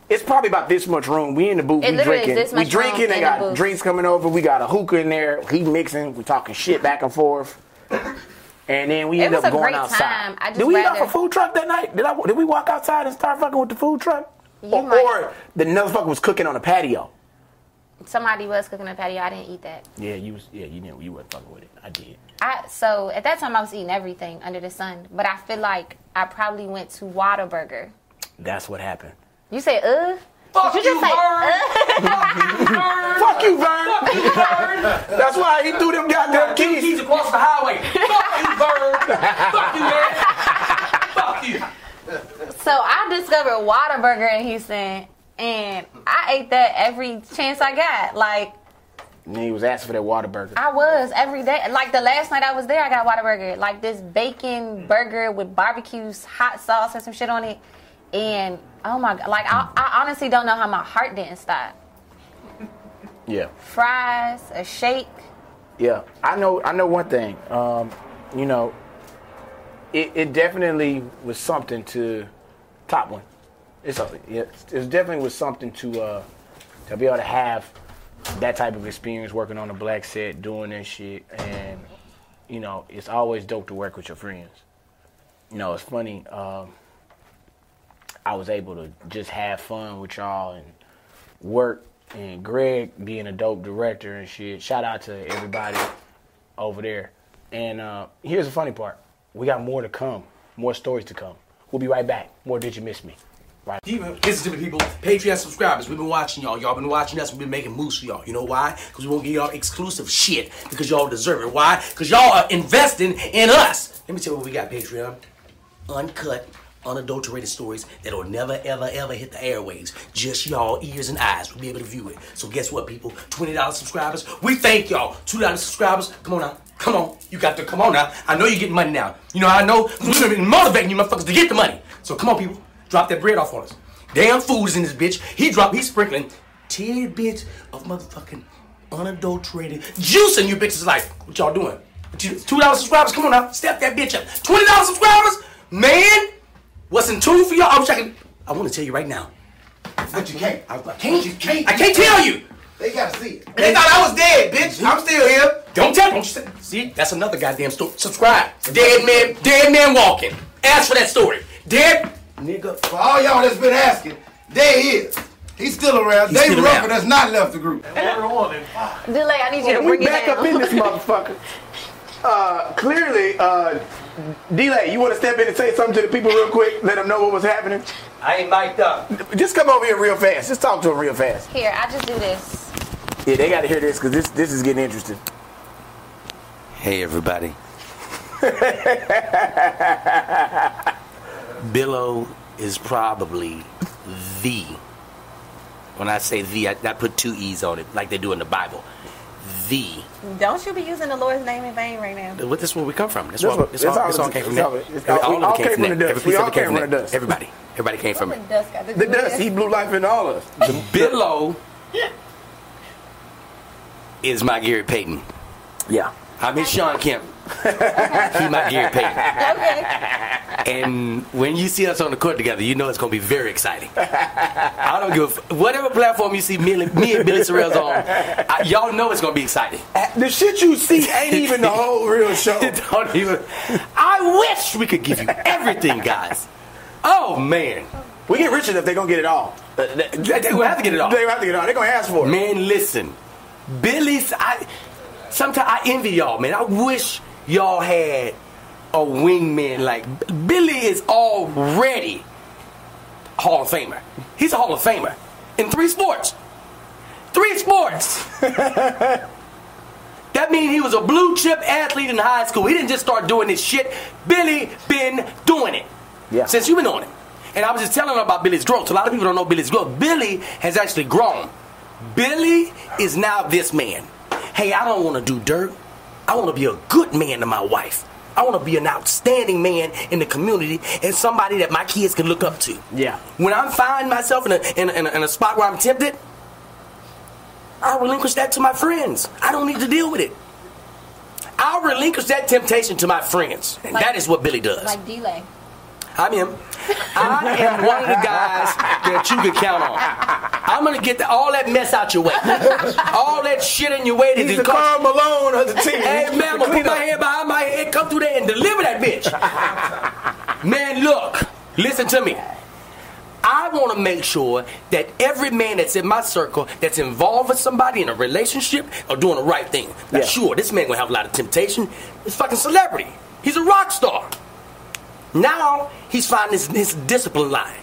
Speaker 3: It's probably about this much room. We in the booth.
Speaker 1: It
Speaker 3: we
Speaker 1: literally is
Speaker 3: drinking.
Speaker 1: this
Speaker 3: we
Speaker 1: much room
Speaker 3: drinking.
Speaker 1: in
Speaker 3: they
Speaker 1: the
Speaker 3: got
Speaker 1: booth.
Speaker 3: drinks coming over. We got a hookah in there. He mixing. We talking shit back and forth. And then we
Speaker 1: It
Speaker 3: end
Speaker 1: was
Speaker 3: up
Speaker 1: a
Speaker 3: going
Speaker 1: great
Speaker 3: outside.
Speaker 1: time. I just
Speaker 3: did we eat off
Speaker 1: rather-
Speaker 3: a food truck that night? Did I? Did we walk outside and start fucking with the food truck?
Speaker 1: You
Speaker 3: Or,
Speaker 1: might-
Speaker 3: or the motherfucker was cooking on the patio.
Speaker 1: Somebody was cooking a patio. I didn't eat that.
Speaker 3: Yeah, you was. Yeah, you didn't. You wasn't fucking with it. I did.
Speaker 1: I so at that time I was eating everything under the sun. But I feel like I probably went to Whataburger.
Speaker 3: That's what happened.
Speaker 1: You say uh?
Speaker 6: Fuck
Speaker 1: Did you just say uh?
Speaker 3: Fuck you, Vern.
Speaker 6: you, Vern.
Speaker 3: That's why he threw them goddamn
Speaker 6: Two
Speaker 3: keys.
Speaker 6: keys across the highway. Fuck you, Vern. Fuck you, man. Fuck you.
Speaker 1: So I discovered Whataburger in Houston, and I ate that every chance I got. Like
Speaker 3: And he was asking for that water burger.
Speaker 1: I was every day. Like the last night I was there, I got Whataburger, like this bacon burger with barbecue, hot sauce, and some shit on it. And oh my god, like I, I honestly don't know how my heart didn't stop.
Speaker 3: Yeah.
Speaker 1: Fries, a shake.
Speaker 3: Yeah, I know. I know one thing. Um, you know, it, it definitely was something to top one. It's something. Yeah, it definitely was something to uh, to be able to have that type of experience working on a black set, doing that shit, and you know, it's always dope to work with your friends. You know, it's funny. Um, I was able to just have fun with y'all and work and Greg being a dope director and shit. Shout out to everybody over there. And uh, here's the funny part: we got more to come, more stories to come. We'll be right back. More did you miss me? Right.
Speaker 6: Even listen to me, people. Patreon subscribers, we've been watching y'all. Y'all been watching us. We've been making moves for y'all. You know why? Because we won't give y'all exclusive shit because y'all deserve it. Why? Because y'all are investing in us. Let me tell you what we got, Patreon. Uncut, unadulterated stories that'll never, ever, ever hit the airwaves. Just y'all ears and eyes will be able to view it. So guess what, people? Twenty dollars subscribers. We thank y'all. Two dollars subscribers. Come on now. Come on, you got to come on now. I know you're getting money now. You know, I know we've been motivating you motherfuckers to get the money. So come on, people, drop that bread off on us. Damn food is in this bitch. He dropped, he's sprinkling tidbits of motherfucking unadulterated juice in you bitches' life. What y'all doing? Two dollars subscribers, come on now, step that bitch up. Twenty dollars subscribers, man. What's in tune for y'all? I'm checking. I want to tell you right now.
Speaker 8: But you can't.
Speaker 6: I, I can't.
Speaker 8: You can't.
Speaker 6: I can't tell you.
Speaker 8: They gotta see it.
Speaker 6: They thought I was dead,
Speaker 8: Bitch, I'm still here.
Speaker 6: Don't tell. Don't you say- see? That's another goddamn story. Subscribe. Dead man. Dead man walking. Ask for that story. Dead nigga.
Speaker 8: For all y'all that's been asking, there he is. He's still around.
Speaker 6: He's
Speaker 8: Dave
Speaker 6: still
Speaker 8: Ruffin
Speaker 6: around.
Speaker 8: has not left the group.
Speaker 7: Everyone, and
Speaker 1: Delay, I need you to
Speaker 3: And we
Speaker 1: bring it
Speaker 3: back
Speaker 1: down.
Speaker 3: up in this motherfucker. uh, clearly, uh, D-Lay, you want to step in and say something to the people real quic? Let them know what was happening?
Speaker 4: I ain't mic'd up.
Speaker 3: Just come over here real fast. Just talk to them real fast.
Speaker 1: Here, I just do this.
Speaker 3: Yeah, they got to hear this because this, this is getting interesting.
Speaker 6: Hey, everybody. Billow is probably the, when I say the, I, I put two E's on it, like they do in the Bible. The,
Speaker 1: Don't you be using the Lord's name in vain right now.
Speaker 6: well, this is where we come from. This,
Speaker 3: That's
Speaker 6: where,
Speaker 3: what-
Speaker 6: this,
Speaker 3: that's
Speaker 6: all,
Speaker 3: all
Speaker 6: this all came
Speaker 3: it-
Speaker 6: from
Speaker 3: it's
Speaker 6: there.
Speaker 3: all it- it's all-
Speaker 6: Every- all of it
Speaker 3: all
Speaker 6: came from there. Every
Speaker 3: We
Speaker 6: piece of
Speaker 3: all
Speaker 6: it
Speaker 3: came
Speaker 6: came from
Speaker 3: from
Speaker 6: there.
Speaker 3: the dust.
Speaker 6: Everybody. Everybody came from it.
Speaker 1: dust got
Speaker 3: The dust, he blew life in all of us.
Speaker 6: Billow is my Gary Payton.
Speaker 3: Yeah.
Speaker 6: I'm his Sean Kemp. he my Gary Payton.
Speaker 1: Okay.
Speaker 6: And when you see us on the court together, you know it's going to be very exciting. I don't give a f- whatever platform you see me, and- me and Billy Sorrell's on. I, y'all know it's going to be exciting.
Speaker 3: Uh, The shit you see ain't even the whole real show.
Speaker 6: don't even. I wish we could give you everything, guys. Oh man,
Speaker 3: We get rich enough, they're going to get it all.
Speaker 6: they, they will have to get it off.
Speaker 3: They're going to have to get it all. They're going to ask for it.
Speaker 6: Man, listen, Billy's. I sometimes I envy y'all, man. I wish y'all had a wingman like Billy is already Hall of Famer. He's a Hall of Famer in three sports. Three sports. that means he was a blue chip athlete in high school. He didn't just start doing this shit. Billy been doing it
Speaker 3: Yeah.
Speaker 6: since you been on it. And I was just telling her about Billy's growth. A lot of people don't know Billy's growth. Billy has actually grown. Billy is now this man. Hey, I don't want to do dirt. I want to be a good man to my wife. I want to be an outstanding man in the community and somebody that my kids can look up to.
Speaker 3: Yeah.
Speaker 6: When I find myself in a, in a, in a, in a spot where I'm tempted, I relinquish that to my friends. I don't need to deal with it. I'll relinquish that temptation to my friends. And that is what Billy does.
Speaker 1: Like delay.
Speaker 6: I'm him. I am one of the guys that you can count on. I'm gonna get the, all that mess out your way, all that shit in your way that
Speaker 3: He's
Speaker 6: just
Speaker 3: the Carl
Speaker 6: comes.
Speaker 3: Malone of the team.
Speaker 6: Hey man, I'm gonna put my hand behind my head, come through there and deliver that bitch. man, look, listen to me. I want to make sure that every man that's in my circle that's involved with somebody in a relationship are doing the right thing. Now,
Speaker 3: Yeah.
Speaker 6: sure, this man gonna have a lot of temptation. He's a fucking celebrity. He's a rock star. Now he's finding his, his discipline line.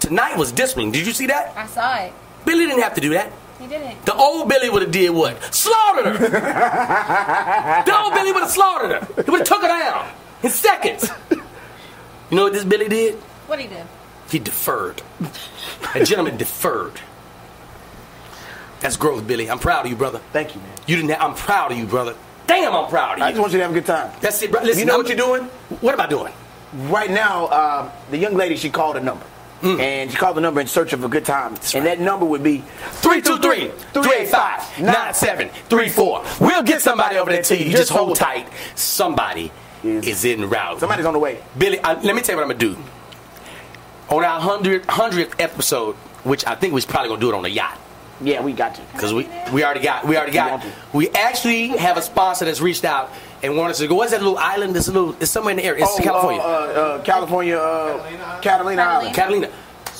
Speaker 6: Tonight was discipline. Did you see that?
Speaker 1: I saw it.
Speaker 6: Billy didn't have to do that.
Speaker 1: You didn't.
Speaker 6: The old Billy would have did what? Slaughtered her. the old Billy would have slaughtered her. He would have took her down in seconds. You know what this Billy did?
Speaker 1: What he do?
Speaker 6: He deferred. A gentleman deferred. That's growth, Billy. I'm proud of you, brother.
Speaker 3: Thank you, man.
Speaker 6: You didn't. Have, I'm proud of you, brother. Damn, I'm proud
Speaker 3: I just
Speaker 6: of you.
Speaker 3: want you to have a good time.
Speaker 6: That's it, bro. Listen,
Speaker 3: You know
Speaker 6: I'm-
Speaker 3: what you're doing?
Speaker 6: What am I doing?
Speaker 3: Right now, uh, the young lady, she called a number.
Speaker 6: Mm.
Speaker 3: And she called the number in search of a good time. and that number would be
Speaker 6: 323 385 9734. We'll get somebody over there to you. You Just hold tight. Somebody is in route.
Speaker 3: Somebody's on the way.
Speaker 6: Billy, I, let me tell you what I'm gonna do. On our 100th, 100th episode, which I think we're probably gonna do it on the yacht,
Speaker 3: Yeah, we got you.
Speaker 6: because we, we already got we already got we actually have a sponsor that's reached out and wanted us to go. What's that little island? This little it's somewhere in the area. It's
Speaker 3: Oh,
Speaker 6: California,
Speaker 3: Uh, uh, uh, California, uh, Catalina Island.
Speaker 6: Catalina.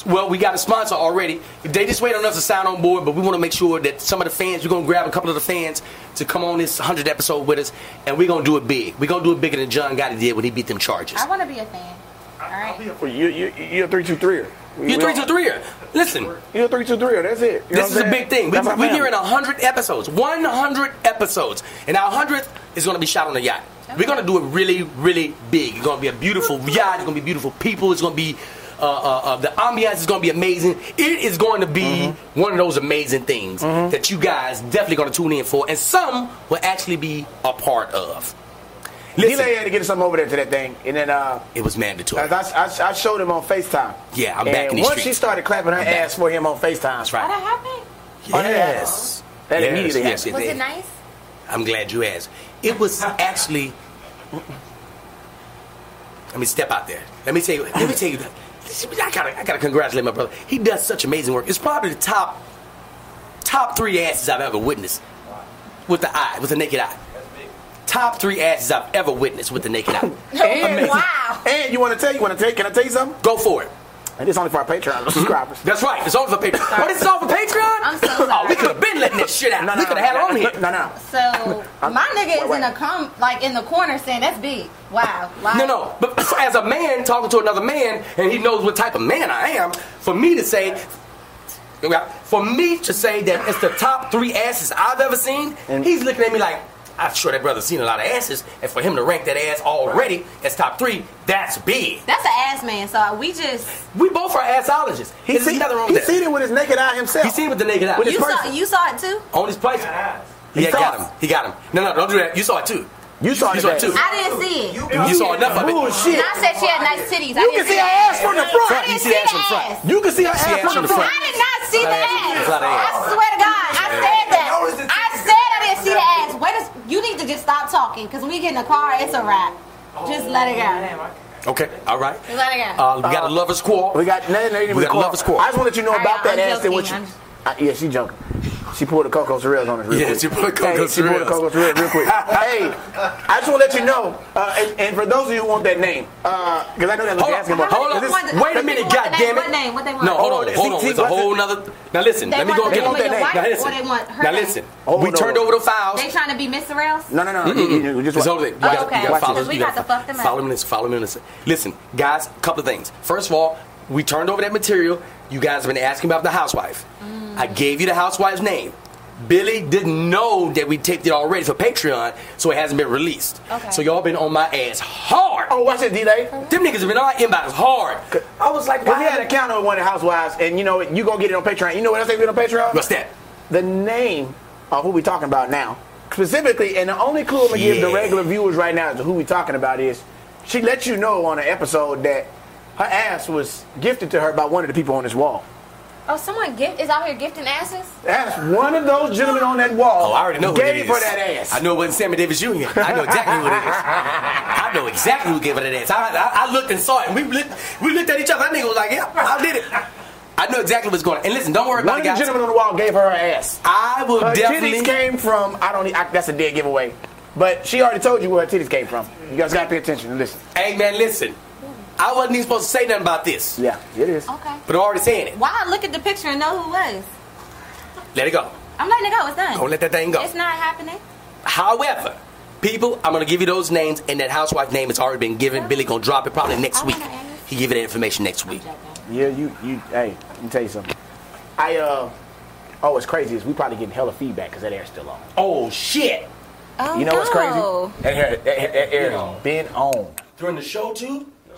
Speaker 6: Well, we got a sponsor already. They just wait on us to sign on board, but we want to make sure that some of the fans, we're gonna grab a couple of the fans to come on this 100th episode with us, and we're gonna do it big. We're gonna do it bigger than John Gotti did when he beat them Chargers.
Speaker 1: I want to be a fan. All right.
Speaker 3: Well, you, you, you're a 323er. We-
Speaker 6: You
Speaker 3: we
Speaker 6: three
Speaker 3: all-
Speaker 6: to three. Listen.
Speaker 3: You're er. a 323er. er, That's it. You know what
Speaker 6: This is a
Speaker 3: I'm saying?
Speaker 6: big thing. We,
Speaker 3: That's my
Speaker 6: we're
Speaker 3: family.
Speaker 6: here in 100 episodes. 100 episodes. And our 100th is going to be shot on the yacht. We're going to do it really, really big. It's going to be a beautiful yacht. It's going to be beautiful people. It's going to be, uh, uh, uh, the ambiance is going to be amazing. It is going to be
Speaker 3: Mm-hmm.
Speaker 6: one of those amazing things that you guys definitely going to tune in for. And some will actually be a part of. Listen,
Speaker 3: D-Lay had to get something over there to that thing. And then uh,
Speaker 6: it was mandatory.
Speaker 3: I, I, I showed him on FaceTime.
Speaker 6: Yeah, I'm
Speaker 3: and
Speaker 6: back in these
Speaker 3: once she
Speaker 6: streets.
Speaker 3: started clapping her
Speaker 6: I'm back.
Speaker 3: ass for him on FaceTime.
Speaker 6: That's
Speaker 1: How
Speaker 6: right.
Speaker 1: that happened?
Speaker 3: Oh, that
Speaker 6: Yes.
Speaker 3: happened. That immediately
Speaker 6: yes,
Speaker 3: happened.
Speaker 1: Was
Speaker 6: yes.
Speaker 1: it nice?
Speaker 6: I'm glad you asked. It was actually. Let me step out there. Let me tell you. Let me tell you. I gotta, I gotta congratulate my brother. He does such amazing work. It's probably the top, top three asses I've ever witnessed with the eye, with the naked eye. Top three asses I've ever witnessed with the naked eye.
Speaker 1: wow.
Speaker 3: And you want to tell you want to tell? Can I tell you something?
Speaker 6: Go for it.
Speaker 3: And it's only for our Patreon subscribers.
Speaker 6: That's right. It's all for Patreon. What is this all for Patreon?
Speaker 1: I'm so
Speaker 6: Oh, we
Speaker 1: sorry.
Speaker 6: could have been letting this shit out. we could have had it on here.
Speaker 3: No, no.
Speaker 1: So my nigga is
Speaker 3: wait.
Speaker 1: in a com like in the corner saying that's big. Wow. Like,
Speaker 6: No, no. But as a man talking to another man, and he knows what type of man I am, for me to say, for me to say that it's the top three asses I've ever seen,
Speaker 3: And-
Speaker 6: he's looking at me like, I'm sure that brother's seen a lot of asses, and for him to rank that ass already as top three, that's big.
Speaker 1: That's an ass man. So we just
Speaker 6: We both are assologists.
Speaker 3: He,
Speaker 6: There's
Speaker 3: see,
Speaker 6: nothing wrong
Speaker 3: he
Speaker 6: with that.
Speaker 3: seen it with his naked eye himself.
Speaker 6: He's seen it with the naked eye.
Speaker 3: With his
Speaker 1: you saw
Speaker 3: person.
Speaker 1: you saw it too.
Speaker 4: Oh.
Speaker 6: on his place. He
Speaker 3: He
Speaker 6: had
Speaker 3: saw
Speaker 6: got
Speaker 3: it.
Speaker 6: him. He got him. No, no, don't do that. You saw it too.
Speaker 3: You saw
Speaker 6: You
Speaker 3: it
Speaker 6: saw it
Speaker 3: today.
Speaker 6: too.
Speaker 1: I didn't see it. You,
Speaker 6: You saw enough of it.
Speaker 3: Bullshit.
Speaker 1: I said she had nice titties. I
Speaker 3: You
Speaker 1: didn't
Speaker 3: can see
Speaker 1: see
Speaker 3: her
Speaker 1: that.
Speaker 3: ass from the front.
Speaker 1: I didn't
Speaker 6: see
Speaker 1: see the
Speaker 6: the ass from the front.
Speaker 1: ass.
Speaker 3: You can see her ass,
Speaker 6: ass
Speaker 3: from the
Speaker 6: from the
Speaker 3: front.
Speaker 1: I did not see the
Speaker 6: It's
Speaker 1: ass.
Speaker 6: not an
Speaker 1: I
Speaker 6: ass.
Speaker 1: swear to God, I said that. I said I didn't see the ass. Wait, a s you need to just stop talking because when we get in the car, it's a wrap. Just let it
Speaker 3: Oh,
Speaker 1: go.
Speaker 6: Okay, all right.
Speaker 1: Just let it go.
Speaker 6: Uh, we got a lover's quarrel.
Speaker 3: We got nothing. nothing
Speaker 6: We got
Speaker 3: record.
Speaker 6: another squad.
Speaker 3: I just want to let you know
Speaker 1: All
Speaker 3: about
Speaker 1: right,
Speaker 3: that
Speaker 1: I'm
Speaker 3: ass that what you.
Speaker 1: joking.
Speaker 3: Uh, yeah, she joking. She poured the cocoa cereals on us real
Speaker 6: Yeah,
Speaker 3: quick.
Speaker 6: she poured the Cocoa
Speaker 3: hey, She poured the
Speaker 6: Cereals.
Speaker 3: cocoa cereals real quick. hey, I just want to let you know, uh, and, and for those of you who want that name, uh, because I know that was
Speaker 6: Hold on,
Speaker 3: asking about.
Speaker 6: hold on.
Speaker 3: Is
Speaker 1: What-
Speaker 3: this-
Speaker 6: Wait a
Speaker 1: what
Speaker 6: minute,
Speaker 1: people want the name?
Speaker 6: goddammit.
Speaker 1: What name? What they want?
Speaker 6: No, hold on,
Speaker 3: Hold on.
Speaker 6: hold on.
Speaker 3: See,
Speaker 6: It's a
Speaker 3: what's
Speaker 6: whole
Speaker 3: it-
Speaker 6: nother. Now listen,
Speaker 1: They
Speaker 6: let me
Speaker 1: want
Speaker 6: go
Speaker 1: the
Speaker 6: get
Speaker 1: name
Speaker 6: on
Speaker 1: of
Speaker 6: that
Speaker 1: your
Speaker 6: name.
Speaker 1: wife
Speaker 6: Now
Speaker 1: or
Speaker 6: listen,
Speaker 1: they want her
Speaker 6: now
Speaker 1: name?
Speaker 6: listen.
Speaker 3: Hold
Speaker 6: we
Speaker 3: on.
Speaker 6: turned over the files.
Speaker 1: They trying to be Miss Sorrells?
Speaker 3: No, no, no. You, you, you just
Speaker 6: It's
Speaker 3: want-
Speaker 6: over there. You
Speaker 1: Oh,
Speaker 6: gotta,
Speaker 1: okay.
Speaker 6: you gotta follow.
Speaker 1: Because we
Speaker 6: you
Speaker 1: got
Speaker 6: gotta
Speaker 1: to fuck them up.
Speaker 6: follow minutes. Follow minutes. Listen, guys. Couple of things. First of all, we turned over that material. You guys have been asking about the housewife.
Speaker 1: Mm.
Speaker 6: I gave you the housewife's name. Billy didn't know that we taped it already for Patreon, so it hasn't been released.
Speaker 1: Okay.
Speaker 6: So y'all been on my ass hard.
Speaker 3: Oh, watch it, D-Day.
Speaker 6: Them niggas have been on my inbox hard. I was like,
Speaker 3: Because
Speaker 6: why?
Speaker 3: he had an account with one of the housewives, and you know what? You gonna get it on Patreon. You know what else they get on Patreon?
Speaker 6: What's that?
Speaker 3: The name of who we talking about now, specifically, and the only clue I'm gonna give the
Speaker 6: Yeah.
Speaker 3: regular viewers right now as to who we talking about is, she let you know on an episode that her ass was gifted to her by one of the people on this wall.
Speaker 1: Oh, someone gift is out here gifting asses?
Speaker 3: That's one of those gentlemen on that wall.
Speaker 6: Oh, I already know who
Speaker 3: gave
Speaker 6: it is.
Speaker 3: her that ass.
Speaker 6: I know it wasn't Sammy Davis Jr. I know exactly who it is. I know exactly who gave her that ass. I, I, I looked and saw it. We looked, we looked at each other. That nigga was like, yeah, I did it. I know exactly what's going on. And listen, don't worry
Speaker 3: One
Speaker 6: about
Speaker 3: of
Speaker 6: it,
Speaker 3: the
Speaker 6: guys.
Speaker 3: gentlemen on the wall gave her her ass.
Speaker 6: I will
Speaker 3: Her
Speaker 6: definitely.
Speaker 3: titties came from. I don't. e, I, that's a dead giveaway. But she already told you where her titties came from. You guys gotta pay attention and listen.
Speaker 6: Hey, man, listen. I wasn't even supposed to say nothing about this,
Speaker 3: Yeah, it is.
Speaker 1: Okay.
Speaker 6: but I'm already saying it.
Speaker 1: Why I look at the picture and know who was?
Speaker 6: Let it go.
Speaker 1: I'm letting it go. It's done.
Speaker 6: Don't let that thing go.
Speaker 1: It's not happening.
Speaker 6: However, people, I'm gonna give you those names, and that housewife name has already been given. Billy gonna drop it probably next
Speaker 1: I
Speaker 6: week.
Speaker 1: wanna ask-
Speaker 6: He give you that information next week.
Speaker 3: Yeah, you, you, hey, let me tell you something. I, uh, oh, what's crazy is we probably getting hella feedback because that air's still on.
Speaker 6: Oh shit!
Speaker 1: Oh,
Speaker 3: You know
Speaker 1: no.
Speaker 3: what's crazy? That air, that air, that air has been on
Speaker 6: During the show too.
Speaker 3: the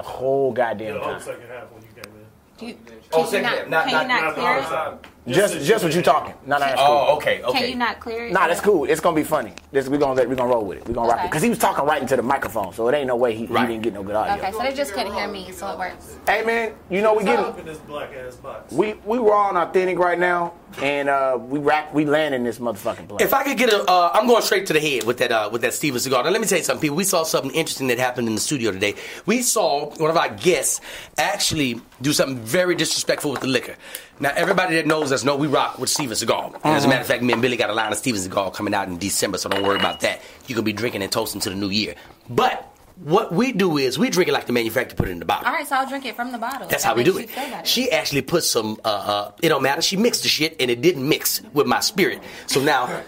Speaker 3: whole goddamn
Speaker 7: The whole
Speaker 3: time.
Speaker 7: second half when you came in.
Speaker 1: You, can
Speaker 6: Oh,
Speaker 1: you
Speaker 6: second
Speaker 1: not,
Speaker 6: half. Not-
Speaker 1: can
Speaker 6: not-
Speaker 1: you not,
Speaker 7: Not the
Speaker 1: clear
Speaker 7: whole
Speaker 1: it?
Speaker 7: time.
Speaker 3: Just, just what you talking. No, no, that's cool.
Speaker 6: Oh, okay, okay.
Speaker 1: Can you not clear it?
Speaker 3: Nah, that's cool. It's gonna be funny. This we gonna let we gonna roll with it. We gonna rock it
Speaker 1: Okay.
Speaker 3: because he was talking right into the microphone, so it ain't no way he,
Speaker 6: Right.
Speaker 3: he didn't get no good audio.
Speaker 1: Okay, so they just couldn't hear me, so it works.
Speaker 3: Hey man, you know we
Speaker 7: Get
Speaker 3: getting
Speaker 7: up in this black ass box.
Speaker 3: we we raw and authentic right now, and uh, we rap we landing this motherfucking place.
Speaker 6: If I could get a, uh, I'm going straight to the head with that uh, with that Steven Seagal. Now let me tell you something, people. We saw something interesting that happened in the studio today. We saw one of our guests actually do something very disrespectful with the liquor. Now everybody that knows us know we rock with Steven Seagal. And As a matter of fact, me and Billy got a line of Steven Seagal coming out in December, so don't worry about that. You can be drinking and toasting to the new year. But what we do is we drink it like the manufacturer put it in the bottle.
Speaker 1: All right, so I'll drink it from the bottle.
Speaker 6: That's
Speaker 1: That
Speaker 6: how we
Speaker 1: makes
Speaker 6: do
Speaker 1: you
Speaker 6: it.
Speaker 1: feel better.
Speaker 6: She actually put some. Uh, uh, it don't matter. She mixed the shit, and it didn't mix with my spirit. So now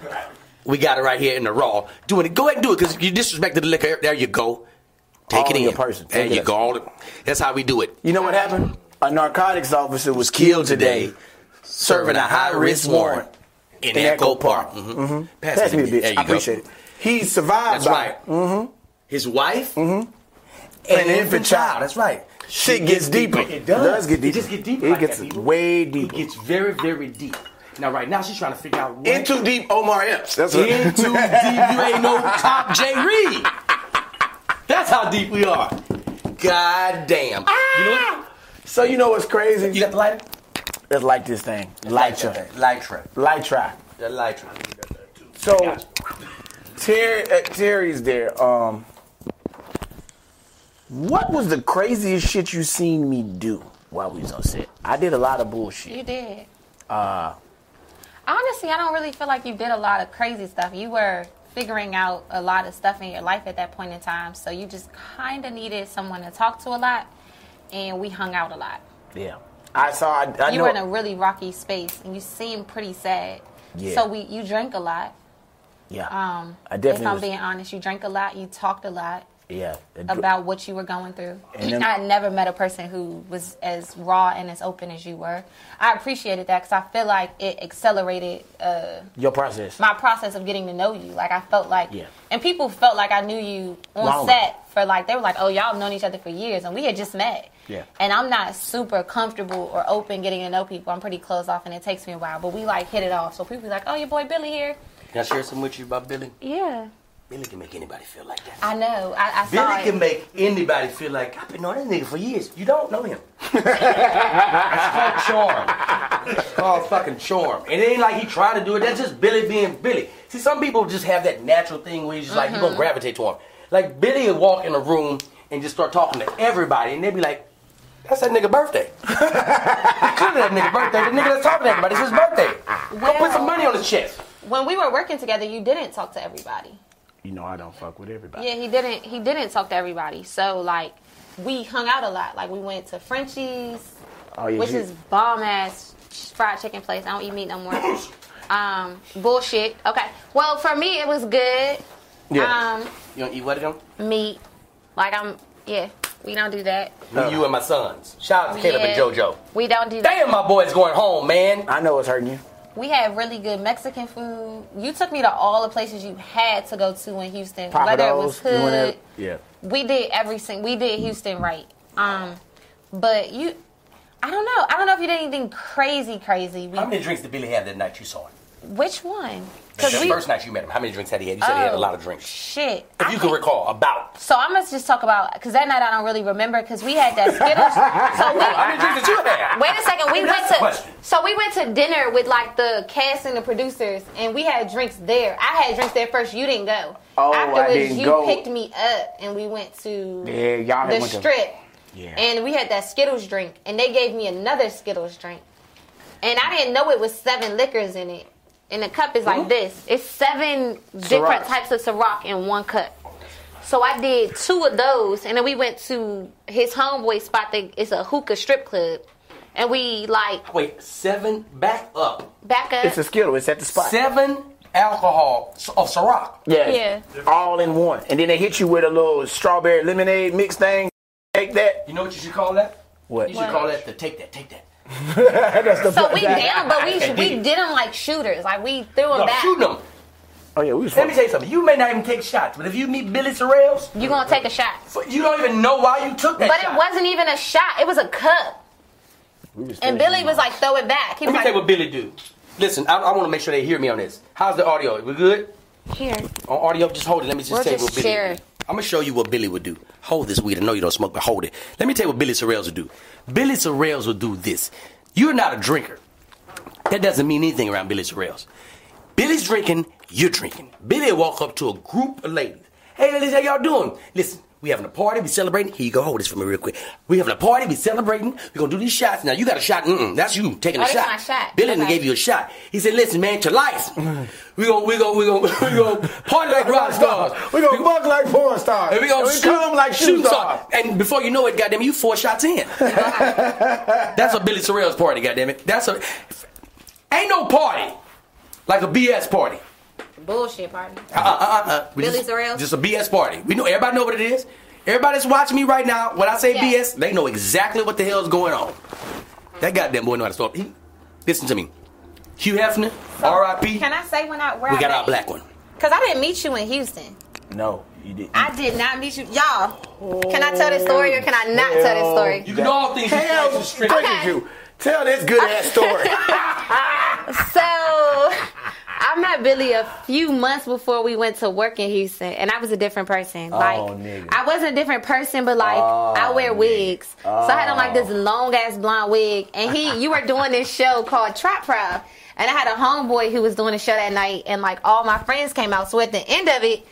Speaker 6: we got it right here in the raw. Doing it. Go ahead and do it because you disrespected the liquor. There you go. Take
Speaker 3: All
Speaker 6: it
Speaker 3: in
Speaker 6: in
Speaker 3: your person.
Speaker 6: There
Speaker 3: Take it
Speaker 6: you
Speaker 3: up.
Speaker 6: go. All the- That's how we do it.
Speaker 3: you know what happened? A narcotics officer was
Speaker 6: Killed
Speaker 3: killed
Speaker 6: today,
Speaker 3: today.
Speaker 6: serving a high risk warrant in, Echo Park. Mhm. Pass,
Speaker 3: Mm-hmm. Pass
Speaker 6: it
Speaker 3: me a
Speaker 6: to me.
Speaker 3: bitch.
Speaker 6: There you
Speaker 3: I
Speaker 6: go.
Speaker 3: appreciate it. He survived
Speaker 6: That's
Speaker 3: by
Speaker 6: right. Mm-hmm. His wife
Speaker 3: Mm-hmm.
Speaker 6: and an infant child. That's right.
Speaker 3: shit gets deeper.
Speaker 6: It does.
Speaker 3: get deeper.
Speaker 6: It just get deeper.
Speaker 3: It
Speaker 6: like
Speaker 3: gets
Speaker 6: that, people.
Speaker 3: way
Speaker 6: It
Speaker 3: deeper.
Speaker 6: gets very, very deep. Now, right now, she's trying to figure out what
Speaker 3: In too deep, Omar Epps. That's what.
Speaker 6: In too deep. You ain't no top J Reed. That's how deep we are. God damn.
Speaker 3: Ah.
Speaker 6: You know what?
Speaker 3: so you know what's crazy?
Speaker 6: You got the lighter?
Speaker 3: Let's light this thing. Lytra.
Speaker 6: Lytra.
Speaker 3: Lytra.
Speaker 6: The lighter.
Speaker 3: So Terry, uh, Terry's there. Um, what was the craziest shit you seen me do while we was on set? I did a lot of bullshit.
Speaker 1: You did. Uh. Honestly, I don't really feel like you did a lot of crazy stuff. You were figuring out a lot of stuff in your life at that point in time, so you just kind of needed someone to talk to a lot.
Speaker 9: and we hung out a lot.
Speaker 3: Yeah. I saw. I, I
Speaker 9: you
Speaker 3: know.
Speaker 9: were in a really rocky space, and you seemed pretty sad.
Speaker 3: Yeah.
Speaker 9: So we, you drank a lot.
Speaker 3: yeah.
Speaker 9: Um,
Speaker 3: I definitely
Speaker 9: if I'm
Speaker 3: was-
Speaker 9: being honest, you drank a lot. You talked a lot
Speaker 3: yeah. It-
Speaker 9: about what you were going through.
Speaker 3: And then-
Speaker 9: I had never met a person who was as raw and as open as you were. I appreciated that because I feel like it accelerated uh,
Speaker 3: your process.
Speaker 9: my process of getting to know you. Like I felt like,
Speaker 3: Yeah.
Speaker 9: and people felt like I knew you on
Speaker 3: Longer.
Speaker 9: set for like they were like, oh y'all have known each other for years, and we had just met.
Speaker 3: Yeah.
Speaker 9: And I'm not super comfortable or open getting to know people. I'm pretty closed off, and it takes me a while. But we like hit it off. So people be like, oh your boy Billy here.
Speaker 4: Can I share something with you about Billy?
Speaker 9: Yeah.
Speaker 4: Billy can make anybody feel like that.
Speaker 9: I know. I, I saw
Speaker 4: Billy
Speaker 9: it.
Speaker 4: can make anybody feel like I've been knowing that nigga for years. You don't know him. It's called charm. It's called fucking charm. And it ain't like he tried to do it. That's just Billy being Billy. See, some people just have that natural thing where you just like you
Speaker 9: Mm-hmm.
Speaker 4: gonna gravitate to him. Like Billy would walk in a room and just start talking to everybody, and they'd be like, "That's that nigga birthday." It's clearly that nigga birthday. The nigga that's talking to everybody, it's his birthday. Go put some
Speaker 9: Well-
Speaker 4: money on his chest.
Speaker 9: when we were working together, you didn't talk to everybody.
Speaker 3: You know I don't fuck with everybody.
Speaker 9: Yeah, he didn't. He didn't talk to everybody. So like, we hung out a lot. Like we went to Frenchie's,
Speaker 3: Oh, yeah,
Speaker 9: which
Speaker 3: you-
Speaker 9: is bomb ass fried chicken place. I don't eat meat no more. um, bullshit. Okay. Well, for me, it was good.
Speaker 3: Yeah.
Speaker 4: You don't eat what again?
Speaker 9: Um, meat. Like I'm. Yeah, we don't do that.
Speaker 4: Me, you, and my sons. Shout out to Caleb and
Speaker 9: Uh. Yeah.
Speaker 4: JoJo.
Speaker 9: We don't do that.
Speaker 4: Damn, my boy's going home, man.
Speaker 3: I know it's hurting you.
Speaker 9: We had really good Mexican food. You took me to all the places you had to go to in Houston, whether it was
Speaker 3: Papados. you wanna-
Speaker 9: hood.
Speaker 3: Yeah.
Speaker 9: we did everything. We did Houston right. Um, but you, I don't know. I don't know if you did anything crazy, crazy. We,
Speaker 4: How many drinks did Billy have that night you saw him?
Speaker 9: which one?
Speaker 4: The
Speaker 9: we
Speaker 4: first night you met him, how many drinks had he had? You said he had a
Speaker 9: Oh,
Speaker 4: lot of drinks.
Speaker 9: Shit.
Speaker 4: If you can recall, about.
Speaker 9: So I must just talk about because that night I don't really remember because we had that Skittles. so
Speaker 4: How many
Speaker 9: we.
Speaker 4: drinks did you have?
Speaker 9: Wait a second. We
Speaker 4: That's
Speaker 9: went
Speaker 4: the
Speaker 9: to
Speaker 4: question.
Speaker 9: so we went to dinner with like the cast and the producers, and we had drinks there. I had drinks there first. You didn't go.
Speaker 3: Oh, I
Speaker 9: Afterwards,
Speaker 3: didn't
Speaker 9: you
Speaker 3: go.
Speaker 9: picked me up, and we went to
Speaker 3: Yeah, y'all
Speaker 9: the
Speaker 3: went to-
Speaker 9: strip.
Speaker 3: Yeah.
Speaker 9: And we had that Skittles drink, and they gave me another Skittles drink, and I didn't know it was seven liquors in it. And the cup is like this. It's seven different types of Ciroc in one cup. So I did two of those, and then we went to his homeboy spot. That it's a hookah strip club, and we like
Speaker 4: Wait, seven, back up.
Speaker 9: back up.
Speaker 3: It's a skill. It's at the spot.
Speaker 4: Seven alcohol s- of Ciroc.
Speaker 3: Yeah.
Speaker 9: Yeah.
Speaker 3: All in one. And then they hit you with a little strawberry lemonade mix thing. Take that.
Speaker 4: You know what you should call that?
Speaker 3: What?
Speaker 4: You should call that the take that, take that.
Speaker 9: so we down, but we
Speaker 4: Indeed.
Speaker 9: we did them like shooters. Like we threw them
Speaker 4: No,
Speaker 9: back.
Speaker 4: shoot him.
Speaker 3: Oh yeah, we was
Speaker 4: Let me
Speaker 3: fucking.
Speaker 4: tell you something. You may not even take shots, but if you meet Billy Sorrells,
Speaker 9: You gonna take a shot?
Speaker 4: you don't even know why you took that
Speaker 9: But
Speaker 4: shot.
Speaker 9: it wasn't even a shot. It was a cup.
Speaker 3: we was
Speaker 9: And Billy was like, throw it back. He was
Speaker 4: Let me tell you what
Speaker 9: like,
Speaker 4: Billy do. Listen, I, I want to make sure they hear me on this. How's the audio? We good?
Speaker 9: here.
Speaker 4: On audio, Oh, just hold it. Let me just
Speaker 9: We'll
Speaker 4: tell you what
Speaker 9: just
Speaker 4: Billy.
Speaker 9: share
Speaker 4: would
Speaker 9: it.
Speaker 4: do. I'm gonna show you what Billy would do. Hold this weed. I know you don't smoke, but hold it. Let me tell you what Billy Sorrells would do. Billy Sorrells would do this. You're not a drinker. That doesn't mean anything around Billy Sorrells. Billy's drinking, you're drinking. Billy will walk up to a group of ladies. Hey, ladies, how y'all doing? Listen, we having a party, we celebrating. Here you go, hold this for me real quick. We having a party, we celebrating. We gonna do these shots. Now you got a shot. Mm-mm, that's you taking
Speaker 9: Oh,
Speaker 4: a
Speaker 9: that's
Speaker 4: shot.
Speaker 9: my shot.
Speaker 4: Billy done
Speaker 9: Okay.
Speaker 4: gave you a shot. He said, "Listen, man, to life. We gonna we gonna we gonna we gonna party like rock stars.
Speaker 3: We gonna fuck like porn stars.
Speaker 4: And we gonna
Speaker 3: and
Speaker 4: shoot
Speaker 3: cut 'em like shoot stars.
Speaker 4: stars. And before you know it, goddamn, you four shots in. That's a Billy Sorrell's party, goddamn it. That's a ain't no party like a BS party.
Speaker 9: Bullshit, partner.
Speaker 4: We
Speaker 9: Billy
Speaker 4: just,
Speaker 9: Sorrell?
Speaker 4: Just a BS party. We know everybody know what it is. Everybody that's watching me right now, when I say
Speaker 9: Yeah.
Speaker 4: BS, they know exactly what the hell's going on. That goddamn boy know how to start. He, listen to me. Hugh Hefner, R.I.P.
Speaker 9: Can I say when I where
Speaker 4: we
Speaker 9: I
Speaker 4: got our black one.
Speaker 9: Because I didn't meet you in Houston.
Speaker 3: No, you didn't.
Speaker 9: I did not meet you, y'all. Can I tell this story or can I not tell this story?
Speaker 4: You can do all things.
Speaker 3: Hell, freaking
Speaker 9: Okay.
Speaker 3: you. Tell this good ass story.
Speaker 9: So I met Billy a few months before we went to work in Houston, and I was a different person. Like
Speaker 3: Oh, nigga. Oh,
Speaker 9: I wasn't a different person, but like I wear wigs, so I had on like this long ass blonde wig. And he, you were doing this show called Trap Pride, and I had a homeboy who was doing a show that night, and like all my friends came out. So at the end of it,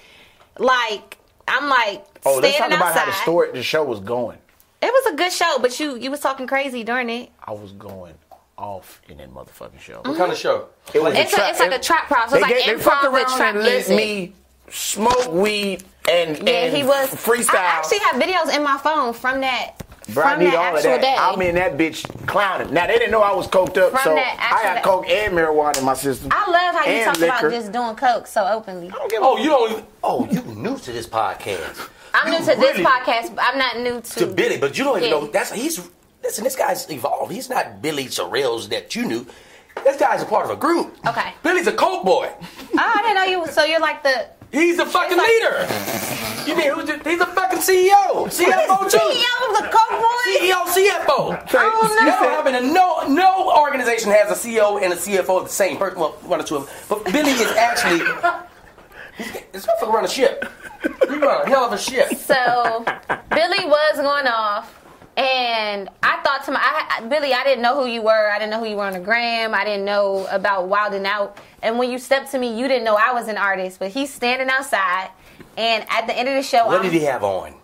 Speaker 9: like I'm like
Speaker 3: oh, let's talk
Speaker 9: standing
Speaker 3: about how
Speaker 9: outside.
Speaker 3: the story, the show was going.
Speaker 9: It was a good show, but you you was talking crazy during it.
Speaker 3: I was going off in that motherfucking show.
Speaker 4: What kind of show?
Speaker 3: It was
Speaker 9: It's, a,
Speaker 3: trap-
Speaker 9: it's like
Speaker 3: it-
Speaker 9: a trap prop. So
Speaker 3: They,
Speaker 9: it's like
Speaker 3: get, they fucked
Speaker 9: improv with
Speaker 3: around
Speaker 9: trap
Speaker 3: and let
Speaker 9: music.
Speaker 3: me smoke weed and
Speaker 9: Yeah,
Speaker 3: and
Speaker 9: he was
Speaker 3: freestyle.
Speaker 9: I actually have videos in my phone from that
Speaker 3: Bro, I
Speaker 9: From
Speaker 3: need
Speaker 9: that
Speaker 3: all of
Speaker 9: actual
Speaker 3: that.
Speaker 9: day.
Speaker 3: I'm in that bitch clowning. Now they didn't know I was coked up,
Speaker 9: From
Speaker 3: so
Speaker 9: that
Speaker 3: I
Speaker 9: actual
Speaker 3: got
Speaker 9: day.
Speaker 3: coke and marijuana in my system.
Speaker 9: I love how you
Speaker 3: And
Speaker 9: talk
Speaker 3: liquor.
Speaker 9: about just doing coke so openly.
Speaker 3: I don't give a
Speaker 10: Oh, you don't even.
Speaker 4: Oh, you new to this podcast.
Speaker 9: I'm
Speaker 4: You
Speaker 9: new to this
Speaker 4: really-
Speaker 9: podcast. but I'm not new to,
Speaker 4: To Billy, but you don't even
Speaker 9: Yeah.
Speaker 4: know. That's he's. Listen, this guy's evolved. He's not Billy Sorrells that you knew. This guy's a part of a group.
Speaker 9: Okay.
Speaker 4: Billy's a coke boy.
Speaker 9: Oh, I didn't know you. was- So you're like the
Speaker 4: He's the fucking leader. you mean who's the, he's the fucking E CEO, CFO too.
Speaker 9: CEO E of the coke boy.
Speaker 4: CEO, CFO.
Speaker 9: Oh, no.
Speaker 4: That don't happen. And no, no organization has a CEO and a CFO of the same person. Well, one or two of them. But Billy is actually. This motherfucker run a ship. He run a hell of a ship.
Speaker 9: So Billy was going off, and I thought to my I, I- Billy, I didn't know who you were. I didn't know who you were on the gram. I didn't know about Wilding Out. And when you stepped to me, you didn't know I was an artist. But he's standing outside, and at the end of the show,
Speaker 4: What
Speaker 9: I'm,
Speaker 4: did he have on?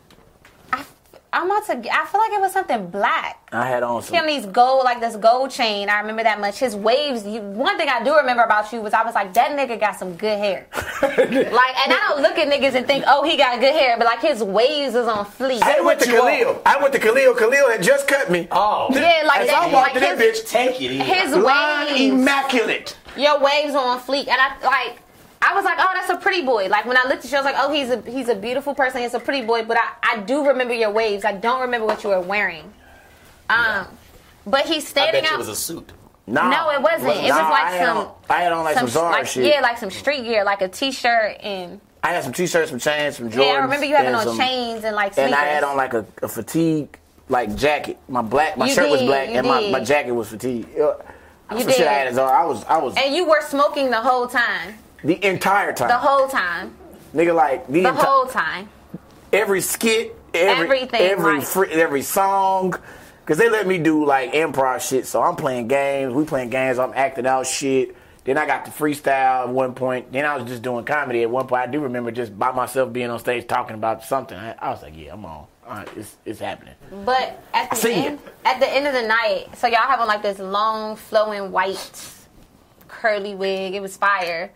Speaker 9: I'm about to. I feel like it was something black.
Speaker 3: I had on some.
Speaker 9: him these gold like this gold chain. I remember that much. His waves. You, one thing I do remember about you was I was like that nigga got some good hair. like, and I don't look at niggas and think, oh, he got good hair, but like his waves is on fleek.
Speaker 3: I went to
Speaker 4: you want.
Speaker 3: Khalil. I went to Khalil. Khalil had just cut me.
Speaker 4: Oh.
Speaker 9: Yeah, like
Speaker 3: As
Speaker 9: that.
Speaker 3: I walked
Speaker 9: like
Speaker 3: in that
Speaker 9: his,
Speaker 3: bitch,
Speaker 4: Take it in.
Speaker 9: his
Speaker 3: line
Speaker 9: waves.
Speaker 3: immaculate.
Speaker 9: your waves were on fleek, and I like. I was like, oh, that's a pretty boy. Like when I looked at you, I was like, oh, he's a he's a beautiful person. He's a pretty boy, but I, I do remember your waves. I don't remember what you were wearing. Um, but he's
Speaker 4: I
Speaker 9: standing
Speaker 4: bet you
Speaker 9: out.
Speaker 4: was a suit.
Speaker 3: Nah,
Speaker 9: No, it wasn't. It was
Speaker 3: Nah,
Speaker 9: like
Speaker 3: I had
Speaker 9: some-
Speaker 3: on- I had on like some, Zara
Speaker 9: like,
Speaker 3: shit.
Speaker 9: Yeah, like some street gear, like a t-shirt and
Speaker 3: I had some t-shirts, some chains, some Jordans.
Speaker 9: yeah. I remember you having
Speaker 3: and
Speaker 9: on
Speaker 3: some-
Speaker 9: chains and like sneakers.
Speaker 3: And I had on like a, a fatigue like jacket. My black, my
Speaker 9: You
Speaker 3: shirt was
Speaker 9: did,
Speaker 3: black,
Speaker 9: you
Speaker 3: and my,
Speaker 9: did.
Speaker 3: my jacket was fatigue. Uh,
Speaker 9: You
Speaker 3: some shit I
Speaker 9: did.
Speaker 3: had on. I was, I was
Speaker 9: And you were smoking the whole time,
Speaker 3: the entire time.
Speaker 9: the whole time,
Speaker 3: nigga, like the,
Speaker 9: the
Speaker 3: entire
Speaker 9: whole time.
Speaker 3: every skit, every,
Speaker 9: Everything,
Speaker 3: every
Speaker 9: like-
Speaker 3: fr- every song. Cause they let me do like improv shit, so I'm playing games. We playing games. I'm acting out shit. Then I got to freestyle at one point. Then I was just doing comedy at one point. I do remember just by myself being on stage talking about something. I, I was like, yeah, I'm on. All right, it's it's happening.
Speaker 9: But at the
Speaker 3: see
Speaker 9: end, at the end of the night, so y'all have on like this long flowing white curly wig. It was fire,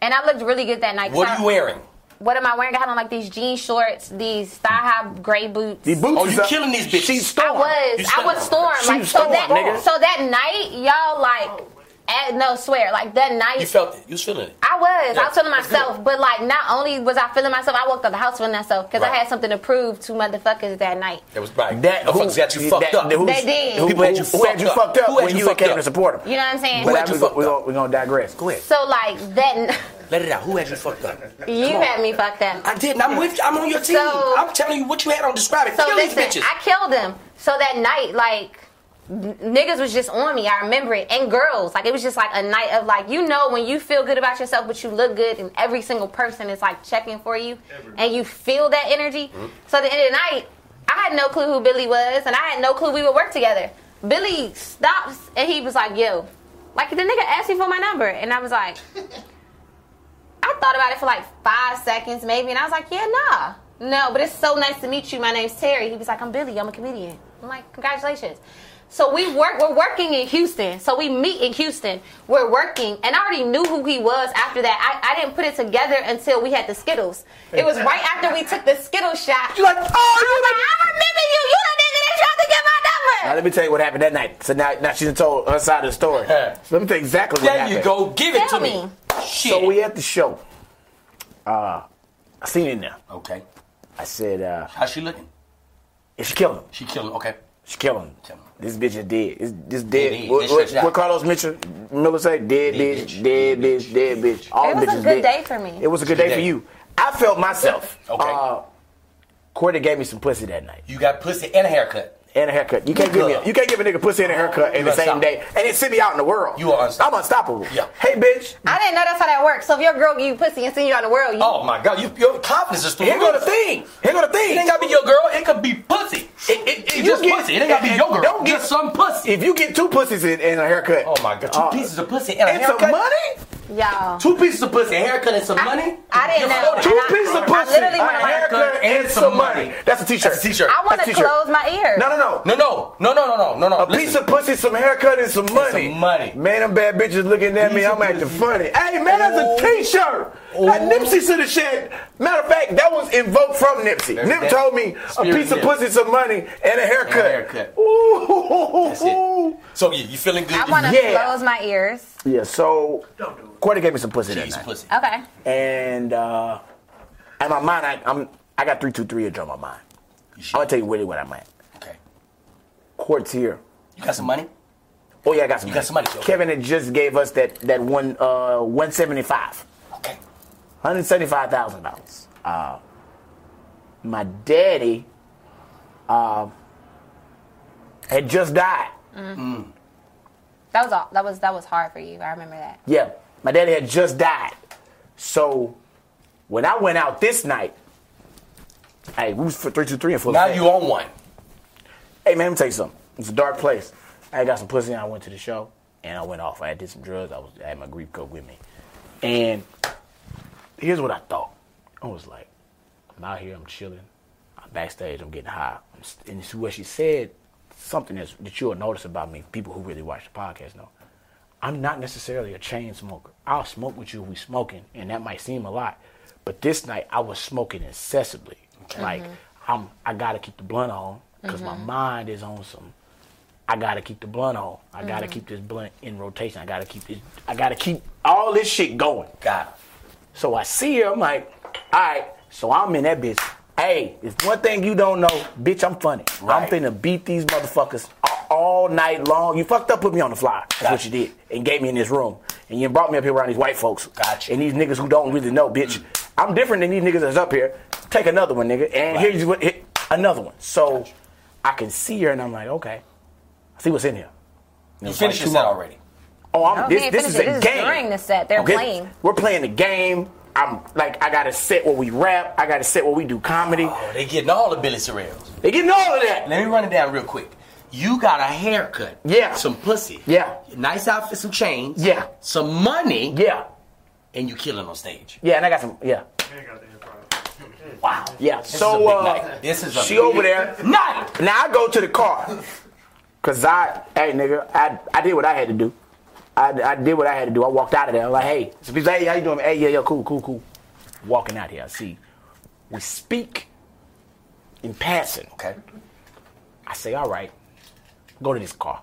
Speaker 9: and I looked really good that night. 'cause
Speaker 4: What
Speaker 9: I-
Speaker 4: are you wearing?
Speaker 9: What am I wearing? I had on like these jean shorts, these thigh high gray boots.
Speaker 3: The boots
Speaker 4: Oh,
Speaker 3: is
Speaker 4: you
Speaker 3: up.
Speaker 4: killing these bitches.
Speaker 3: She
Speaker 9: I
Speaker 3: storm.
Speaker 9: was, I was storm.
Speaker 3: She
Speaker 9: Like
Speaker 3: was
Speaker 9: so
Speaker 3: storm,
Speaker 9: that,
Speaker 3: nigga.
Speaker 9: so that night, y'all like, at, no swear, like that night,
Speaker 4: You felt it. You was feeling it.
Speaker 9: I was. I was feeling
Speaker 4: that's good.
Speaker 9: myself, but like not only was I feeling myself, I walked out the house feeling myself because I
Speaker 4: Right.
Speaker 9: had something to prove to motherfuckers that night.
Speaker 4: That was right.
Speaker 3: That
Speaker 4: the
Speaker 3: who-
Speaker 4: fuckers got you fucked
Speaker 3: that-
Speaker 4: up.
Speaker 3: who's-
Speaker 9: They did.
Speaker 3: Who,
Speaker 4: People had you
Speaker 3: who- who had you fucked up
Speaker 4: Who had
Speaker 3: when
Speaker 4: you
Speaker 3: you
Speaker 4: fucked
Speaker 3: came
Speaker 4: up?
Speaker 3: to support him?
Speaker 9: You know what I'm saying?
Speaker 4: Who had you
Speaker 3: We're gonna,
Speaker 4: fucked
Speaker 3: we
Speaker 4: up?
Speaker 3: gonna, we gonna digress.
Speaker 4: Go ahead.
Speaker 9: So like that, n-
Speaker 4: Let it out. Who had you fucked up?
Speaker 9: you had me fucked up.
Speaker 4: I didn't. I'm with. I'm on your team.
Speaker 9: So-
Speaker 4: I'm telling you what you had on. Describe it.
Speaker 9: So
Speaker 4: Kill
Speaker 9: listen,
Speaker 4: these bitches.
Speaker 9: I killed them. So that night, like n- niggas was just on me. I remember it, and girls, like it was just like a night of like you know when you feel good about yourself, but you look good, and every single person is like checking for you, and you feel that energy.
Speaker 4: Mm-hmm.
Speaker 9: So at the end of the night, I had no clue who Billy was, and I had no clue we would work together. Billy stops, and he was like, "Yo." Like the nigga asked me for my number, and I was like, I thought about it for like five seconds, maybe, and I was like, yeah, nah. No, but it's so nice to meet you. My name's Terry. He was like, I'm Billy. I'm a comedian. I'm like, congratulations. So we work. We're working in Houston. So we meet in Houston. We're working, and I already knew who he was after that. I, I didn't put it together until we had the Skittles. It was right after we took the Skittle shot.
Speaker 3: You like, oh,
Speaker 9: I'm like, I remember you. You the nigga that tried to get my
Speaker 3: Now
Speaker 9: number.
Speaker 3: let me tell you what happened that night. So now, now she's told her side of the story. so let me tell you exactly what
Speaker 4: there
Speaker 3: happened.
Speaker 4: you go. Give it
Speaker 9: Tell
Speaker 4: to me.
Speaker 9: me.
Speaker 4: Shit.
Speaker 3: So we at the show. Uh, I seen it now.
Speaker 4: okay.
Speaker 3: I said, uh,
Speaker 4: How's she looking?
Speaker 3: "Is she killing? him?
Speaker 4: She killing. Okay.
Speaker 3: She killing. him.
Speaker 4: Kill him.
Speaker 3: This bitch is dead. This, this dead.
Speaker 4: Dead,
Speaker 3: what,
Speaker 4: this
Speaker 3: what,
Speaker 4: shit's out.
Speaker 3: what Carlos Mitchell Miller say? Dead, bitch, Dead bitch. Dead bitch. All
Speaker 9: It was a
Speaker 3: bitches
Speaker 9: good
Speaker 3: dead.
Speaker 9: day for me.
Speaker 3: It was a good
Speaker 4: Good
Speaker 3: day, for
Speaker 4: day.
Speaker 3: you. I felt myself.
Speaker 4: Okay.
Speaker 3: Uh, Cordy gave me some pussy that night
Speaker 4: You got pussy and a haircut.
Speaker 3: and a haircut. You can't give me. A, you can't give a nigga pussy and a haircut
Speaker 4: You
Speaker 3: in the same
Speaker 4: unstoppable.
Speaker 3: day and then send me out in the world.
Speaker 4: You are unstoppable.
Speaker 3: I'm unstoppable.
Speaker 4: Yeah.
Speaker 3: Hey, bitch.
Speaker 9: I didn't know that's how that works. So if your girl give you pussy and send you out in the world, you
Speaker 4: Oh my God. You, your confidence is through
Speaker 3: Here
Speaker 4: the
Speaker 3: go
Speaker 4: roof.
Speaker 3: the thing. Here go the
Speaker 4: It
Speaker 3: thing.
Speaker 4: ain't gotta be your girl. It could be pussy. It, it, it
Speaker 3: You
Speaker 4: just
Speaker 3: get-
Speaker 4: pussy. It ain't gotta be your girl.
Speaker 3: don't get-
Speaker 4: just some pussy.
Speaker 3: If you get two pussies in, in a haircut,
Speaker 4: oh my God. Two
Speaker 3: uh,
Speaker 4: pieces of pussy and a
Speaker 3: and some
Speaker 4: haircut.
Speaker 3: money,
Speaker 1: y'all.
Speaker 4: Two pieces of pussy, a haircut, and some money.
Speaker 1: I didn't
Speaker 4: You're
Speaker 1: know.
Speaker 4: floating.
Speaker 3: Two
Speaker 1: I-
Speaker 3: pieces of
Speaker 1: I
Speaker 3: pussy,
Speaker 1: literally
Speaker 3: a
Speaker 1: wanna, like-
Speaker 3: haircut, and some money. That's a t-shirt.
Speaker 4: That's a t-shirt.
Speaker 1: I want
Speaker 3: That's
Speaker 1: to
Speaker 3: t-shirt.
Speaker 1: close my ears.
Speaker 3: No, no, no.
Speaker 4: No, no, no, no, no, no, no, no.
Speaker 3: A piece of pussy, some haircut, and some money.
Speaker 4: money.
Speaker 3: Man, them bad bitches looking at me.
Speaker 4: Piece
Speaker 3: I'm
Speaker 4: of
Speaker 3: acting
Speaker 4: pussy.
Speaker 3: funny. Hey, man, that's
Speaker 4: Oh.
Speaker 3: a T-shirt. That
Speaker 4: Ooh.
Speaker 3: Nipsey should have said. Matter of fact, that was invoked from Nipsey.
Speaker 4: There's
Speaker 3: Nip
Speaker 4: that.
Speaker 3: told me a
Speaker 4: Spirit
Speaker 3: piece of
Speaker 4: Nip.
Speaker 3: pussy, some money, and a haircut.
Speaker 4: haircut.
Speaker 3: Ooh.
Speaker 4: That's it. So you, you feeling good?
Speaker 1: I want to
Speaker 3: Yeah.
Speaker 1: close my ears.
Speaker 3: Yeah. So,
Speaker 7: Don't do it.
Speaker 3: Cordy gave me some pussy
Speaker 4: Jeez,
Speaker 3: that night,
Speaker 4: pussy.
Speaker 1: Okay.
Speaker 3: and uh, in my mind, I, I'm I got three two three inch on my mind.
Speaker 4: You
Speaker 3: I'm gonna
Speaker 4: should.
Speaker 3: tell you really what I'm at.
Speaker 4: Okay.
Speaker 3: Cort's here.
Speaker 4: You got some money?
Speaker 3: Oh yeah, I got some.
Speaker 4: You got some money, okay.
Speaker 3: Kevin had just gave us that that one uh 175.
Speaker 4: Okay.
Speaker 3: $175,000. Uh, my daddy uh, had just died.
Speaker 1: That was all. That was that was hard for you. I remember that.
Speaker 3: Yeah, my daddy had just died. So when I went out this night, hey, we was for 323 and full
Speaker 4: Now
Speaker 3: effect.
Speaker 4: you on one.
Speaker 3: Hey man, let me tell you something. It's a dark place. I got some pussy and I went to the show and I went off. I did some drugs. I was I had my grief coat with me. And here's what I thought. I was like, I'm out here, I'm chilling, I'm backstage, I'm getting high. I'm st- and it's what she said, something that's, that you'll notice about me, people who really watch the podcast know. I'm not necessarily a chain smoker. I'll smoke with you if we smoking, and that might seem a lot. But this night I was smoking incessantly. Like I'm I gotta keep the blunt on because my mind is on some I gotta keep the blunt on. I gotta keep this blunt in rotation. I gotta keep it I gotta keep all this shit going.
Speaker 4: Got him.
Speaker 3: So I see her, I'm like, all right. So I'm in that bitch. Hey, if one thing you don't know, bitch, I'm funny.
Speaker 4: Right.
Speaker 3: I'm finna beat these motherfuckers a- all night long. You fucked up, put me on the fly. That's what
Speaker 4: Gotcha.
Speaker 3: you did. And gave me in this room. And you brought me up here around these white folks.
Speaker 4: Gotcha.
Speaker 3: And these niggas who don't really know, bitch. I'm different than these niggas that's up here. Take another one, nigga. And
Speaker 4: Right.
Speaker 3: here's what, here- another one. So I can see her and I'm like, okay, I see what's in here.
Speaker 4: You finished your set already.
Speaker 3: Oh, I'm,
Speaker 1: No, he
Speaker 3: this,
Speaker 1: ain't
Speaker 3: this is a
Speaker 1: finished it. This is
Speaker 3: game.
Speaker 1: during the set. They're playing.
Speaker 3: We're playing the game. I'm like, I got to set where we rap. I got to set where we do comedy.
Speaker 4: Oh, they getting all the Billy Sorrells.
Speaker 3: They getting all of that.
Speaker 4: Let me run it down real quick. You got a haircut.
Speaker 3: Yeah.
Speaker 4: Some pussy.
Speaker 3: Yeah.
Speaker 4: Nice outfit, some chains.
Speaker 3: Yeah.
Speaker 4: Some money.
Speaker 3: Yeah,
Speaker 4: And you killing on stage.
Speaker 3: yeah, and I got some. Yeah,
Speaker 7: Man got the hair problem.
Speaker 4: Wow.
Speaker 3: yeah.
Speaker 4: This is
Speaker 3: so
Speaker 4: a big
Speaker 3: uh,
Speaker 4: night. This is a
Speaker 3: she
Speaker 4: big
Speaker 3: over there.
Speaker 4: Night.
Speaker 3: Now I go to the car. Cause I, hey nigga, I, I did what I had to do. I, I did what I had to do. I walked out of there. I'm like, hey, so people say, hey, how you doing? Hey, yeah, yeah, cool, cool, cool. Walking out here, I see. We speak in passing.
Speaker 4: Okay.
Speaker 3: I say, all right, go to this car.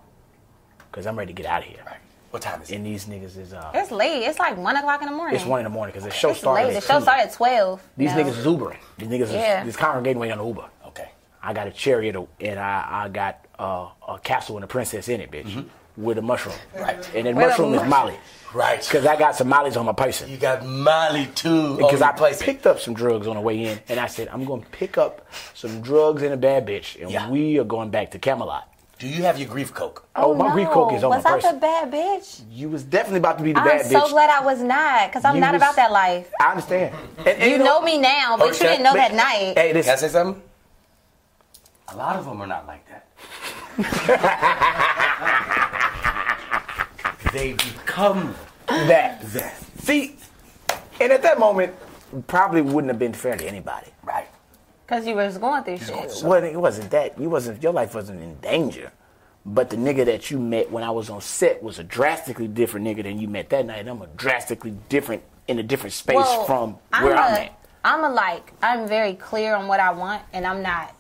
Speaker 3: Cause I'm ready to get out of here.
Speaker 4: Right. What time is it?
Speaker 3: And these niggas is uh
Speaker 1: It's late. It's like one o'clock in the morning.
Speaker 3: it's one in the morning because the show
Speaker 1: It's late.
Speaker 3: started.
Speaker 1: The
Speaker 3: at
Speaker 1: show
Speaker 3: two.
Speaker 1: started at twelve.
Speaker 3: These
Speaker 1: No.
Speaker 3: niggas is Ubering. These niggas
Speaker 1: Yeah.
Speaker 3: is this congregating way on the Uber.
Speaker 4: Okay.
Speaker 3: I got a chariot and I, I got uh, a castle and a princess in it, bitch, with a mushroom.
Speaker 4: Mm-hmm. Right.
Speaker 3: And that
Speaker 1: With a
Speaker 3: mushroom is
Speaker 1: mushroom.
Speaker 3: Molly.
Speaker 4: Right.
Speaker 3: Because I got some Molly's on my person.
Speaker 4: You got Molly too. Oh,
Speaker 3: Because
Speaker 4: on
Speaker 3: I
Speaker 4: your place.
Speaker 3: picked up some drugs on the way in and I said, I'm going to pick up some drugs and a bad bitch and
Speaker 4: Yeah.
Speaker 3: we are going back to Camelot.
Speaker 4: Do you have your grief coke?
Speaker 3: Oh, my Greek coke is on
Speaker 1: Was
Speaker 3: my
Speaker 1: I
Speaker 3: person.
Speaker 1: the bad bitch?
Speaker 3: you was definitely about to be the
Speaker 1: I'm
Speaker 3: bad
Speaker 1: so
Speaker 3: bitch.
Speaker 1: glad I was not, because I'm
Speaker 3: You
Speaker 1: not
Speaker 3: was-
Speaker 1: about that life.
Speaker 3: I understand. And- and
Speaker 1: You know me now, but
Speaker 4: Okay.
Speaker 1: you didn't know that
Speaker 3: Man,
Speaker 1: night.
Speaker 3: Hey, this
Speaker 4: Can I say something? A lot of them are not like that. they become
Speaker 3: that.
Speaker 4: that.
Speaker 3: See, and at that moment, probably wouldn't have been fair to anybody.
Speaker 4: Right.
Speaker 1: Because you was going through shit.
Speaker 3: Well, it wasn't that. You wasn't. Your life wasn't in danger. But the nigga that you met when I was on set was a drastically different nigga than you met that night. I'm a drastically different in a different space
Speaker 1: Well,
Speaker 3: from where
Speaker 1: a,
Speaker 3: I'm at.
Speaker 1: I'm a like, I'm very clear on what I want, and I'm not.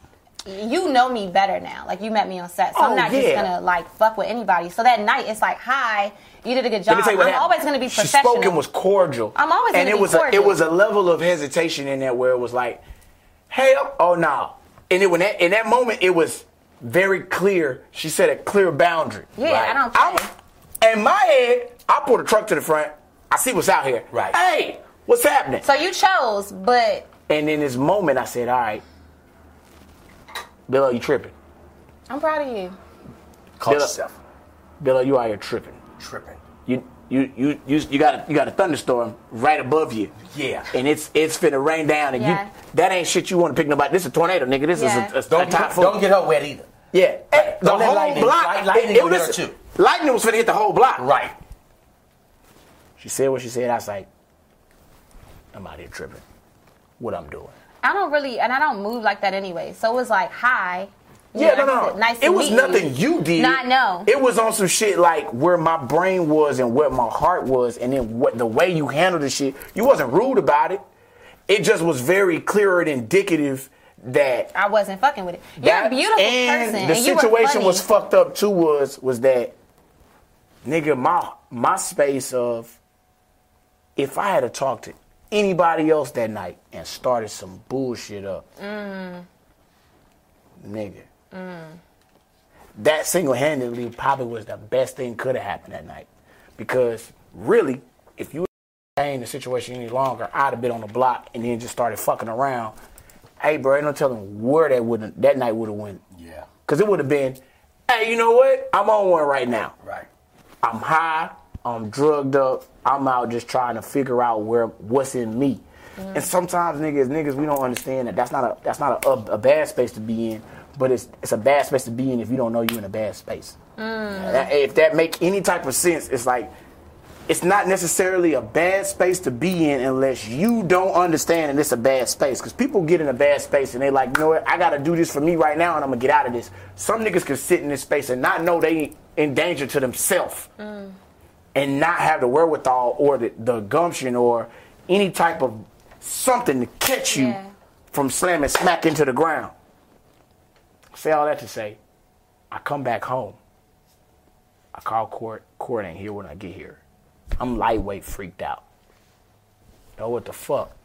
Speaker 1: You know me better now. Like you met me on set, so
Speaker 3: Oh,
Speaker 1: I'm not just
Speaker 3: yeah.
Speaker 1: gonna like fuck with anybody. So that night, it's like, hi, you did a good job.
Speaker 3: Let me tell you what
Speaker 1: I'm
Speaker 3: happened.
Speaker 1: always gonna be
Speaker 3: She
Speaker 1: professional.
Speaker 3: spoke and was cordial.
Speaker 1: I'm always
Speaker 3: and
Speaker 1: gonna
Speaker 3: it
Speaker 1: be
Speaker 3: was
Speaker 1: cordial.
Speaker 3: A, it was a level of hesitation in there where it was like, "Hey, oh, oh no," and it when that in that moment it was very clear. She set a clear boundary.
Speaker 1: Yeah, I don't
Speaker 3: I'm,
Speaker 1: play.
Speaker 3: in my head, I pull the truck to the front. I see what's out here.
Speaker 4: Right.
Speaker 3: Hey, what's happening?
Speaker 1: so you chose, but
Speaker 3: and in this moment, I said, "All right, Billo, you tripping?
Speaker 1: I'm proud of you.
Speaker 4: Call
Speaker 3: Bill-
Speaker 4: yourself
Speaker 3: Billo, you out here tripping?
Speaker 4: tripping.
Speaker 3: You, you, you, you, you got a, you got a thunderstorm right above you."
Speaker 4: Yeah.
Speaker 3: and it's it's finna rain down, and
Speaker 1: Yeah.
Speaker 3: you that ain't shit you want to pick nobody. This is a tornado, nigga. This
Speaker 1: Yeah.
Speaker 3: is a, a,
Speaker 4: don't, get,
Speaker 3: a typhoon.
Speaker 4: don't get her wet either.
Speaker 3: yeah, Eh, the
Speaker 4: don't let
Speaker 3: whole
Speaker 4: lightning-
Speaker 3: block.
Speaker 4: light- lightning
Speaker 3: it- it
Speaker 4: will hit
Speaker 3: was-
Speaker 4: her too.
Speaker 3: Lightning was finna hit the whole block.
Speaker 4: Right.
Speaker 3: She said what she said. I was like, I'm out here tripping. What I'm doing.
Speaker 1: I don't really, and I don't move like that anyway. So it was like, hi. You
Speaker 3: Yeah,
Speaker 1: know,
Speaker 3: no,
Speaker 1: like I
Speaker 3: no.
Speaker 1: said, Nice to
Speaker 3: it was
Speaker 1: meet
Speaker 3: nothing you did.
Speaker 1: No, I know.
Speaker 3: It was on some shit like where my brain was and where my heart was, and then what the way you handled the shit. You wasn't rude about it. It just was very clear and indicative that
Speaker 1: I wasn't fucking with it. You're
Speaker 3: that-
Speaker 1: a beautiful
Speaker 3: and
Speaker 1: person.
Speaker 3: The
Speaker 1: and you were
Speaker 3: situation
Speaker 1: funny.
Speaker 3: was fucked up too. Was was that nigga? My my space of if I had to talk to anybody else that night and started some bullshit up,
Speaker 1: Mm.
Speaker 3: nigga. That single handedly probably was the best thing could have happened that night, because really, if you in the situation any longer, I'd have been on the block and then just started fucking around. Hey, bro, ain't no telling where that would that night would have went.
Speaker 4: Yeah.
Speaker 3: Cause it would have been, hey, you know what? I'm on one right now.
Speaker 4: Right.
Speaker 3: I'm high. I'm drugged up. I'm out just trying to figure out where what's in me. And sometimes niggas, niggas, we don't understand that that's not a that's not a, a, a bad space to be in, but it's it's a bad space to be in if you don't know you're in a bad space. That- if that make any type of sense, it's like it's not necessarily a bad space to be in unless you don't understand that it's a bad space. Because people get in a bad space and they like, you know what, I got to do this for me right now and I'm going to get out of this. Some niggas can sit in this space and not know they in danger to themselves and not have the wherewithal or the, the gumption or any type of something to catch you
Speaker 1: Yeah.
Speaker 3: from slamming smack into the ground. Say all that to say, I come back home. I call court. Court ain't here when I get here. I'm lightweight freaked out. Yo, what the fuck?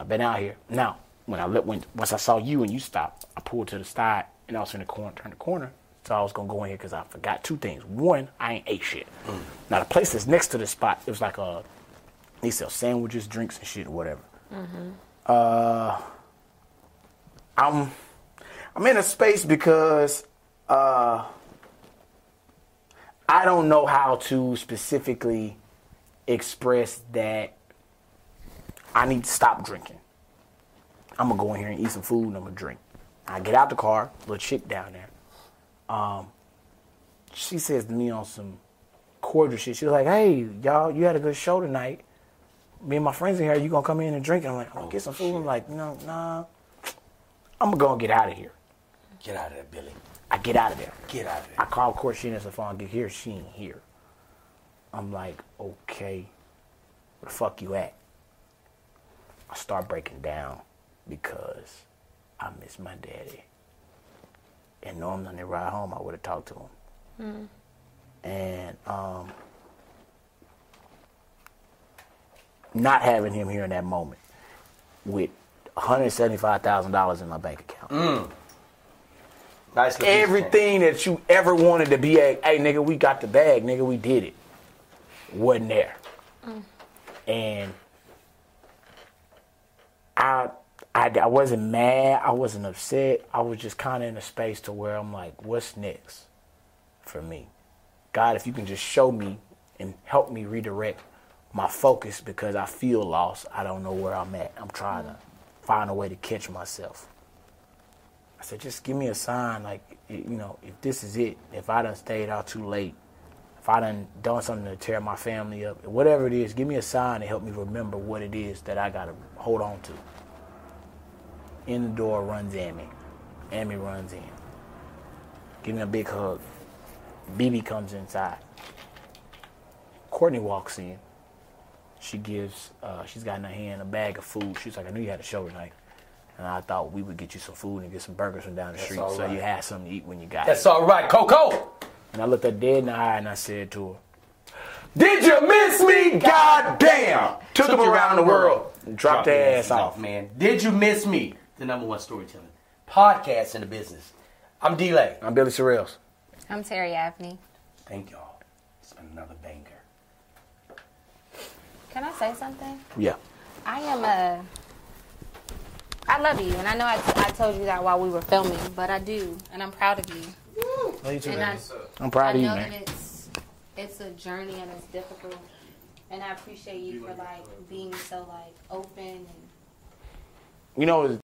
Speaker 3: I've been out here. Now, when I look, when once I saw you and you stopped, I pulled to the side and I was in the corner, turned the corner. So I was gonna go in here because I forgot two things. One, I ain't ate shit. Now the place that's next to this spot, it was like a they sell sandwiches, drinks, and shit, or whatever. Uh, I'm I'm in a space because uh, I don't know how to specifically express that I need to stop drinking. I'm gonna go in here and eat some food and I'm gonna drink. I get out the car, little chick down there. Um, she says to me on some cordial shit. She's like, "Hey, y'all, you had a good show tonight. Me and my friends in here. You gonna come in and drink?" And I'm like, "I'm gonna get some food." I'm like, "No, nah. I'm gonna go and get out of here."
Speaker 4: Get out of there, Billy.
Speaker 3: I get out of there.
Speaker 4: Get out of
Speaker 3: I
Speaker 4: there.
Speaker 3: call court, she answers the phone, get here, she ain't here. I'm like, okay, where the fuck you at? I start breaking down because I miss my daddy. And normally on the ride home, I would have talked to him. And um, not having him here in that moment with $175,000 in my bank account
Speaker 4: Nice. little
Speaker 3: everything that you ever wanted to be at, hey nigga, we got the bag, nigga, we did it. Wasn't there. And I, I I wasn't mad, I wasn't upset. I was just kinda in a space to where I'm like, what's next for me? God, if you can just show me and help me redirect my focus because I feel lost. I don't know where I'm at. I'm trying to find a way to catch myself. I said, just give me a sign, like, y- you know, if this is it, if I done stayed out too late, if I done done something to tear my family up, whatever it is, give me a sign to help me remember what it is that I gotta hold on to. In the door runs Amy. Amy runs in. Give me a big hug. BB comes inside. Courtney walks in. She gives, uh, she's got in her hand a bag of food. She's like, I knew you had a show tonight. And I thought we would get you some food and get some burgers from down the street
Speaker 4: all
Speaker 3: so
Speaker 4: right.
Speaker 3: you had something to eat when you got
Speaker 4: That's
Speaker 3: here.
Speaker 4: all right, Coco.
Speaker 3: And I looked her dead in the eye and I said to her,
Speaker 4: Did you miss me? Goddamn.
Speaker 3: Took, them around the world. and Dropped their ass off.
Speaker 4: man. Did you miss me? The number one storytelling podcast in the business. I'm D-Lay.
Speaker 3: I'm Billy Sorrells.
Speaker 1: I'm Terry Abney.
Speaker 4: Thank y'all. It's been another banger.
Speaker 1: Can I say something?
Speaker 3: Yeah.
Speaker 1: I am a. I love you, and I know I, I told you that while we were filming, but I do, and I'm proud of you. and I,
Speaker 3: I'm proud
Speaker 1: I
Speaker 3: of you,
Speaker 1: know
Speaker 3: man.
Speaker 1: that it's it's a journey and it's difficult, and I appreciate you for like being so like open and.
Speaker 3: You know, it's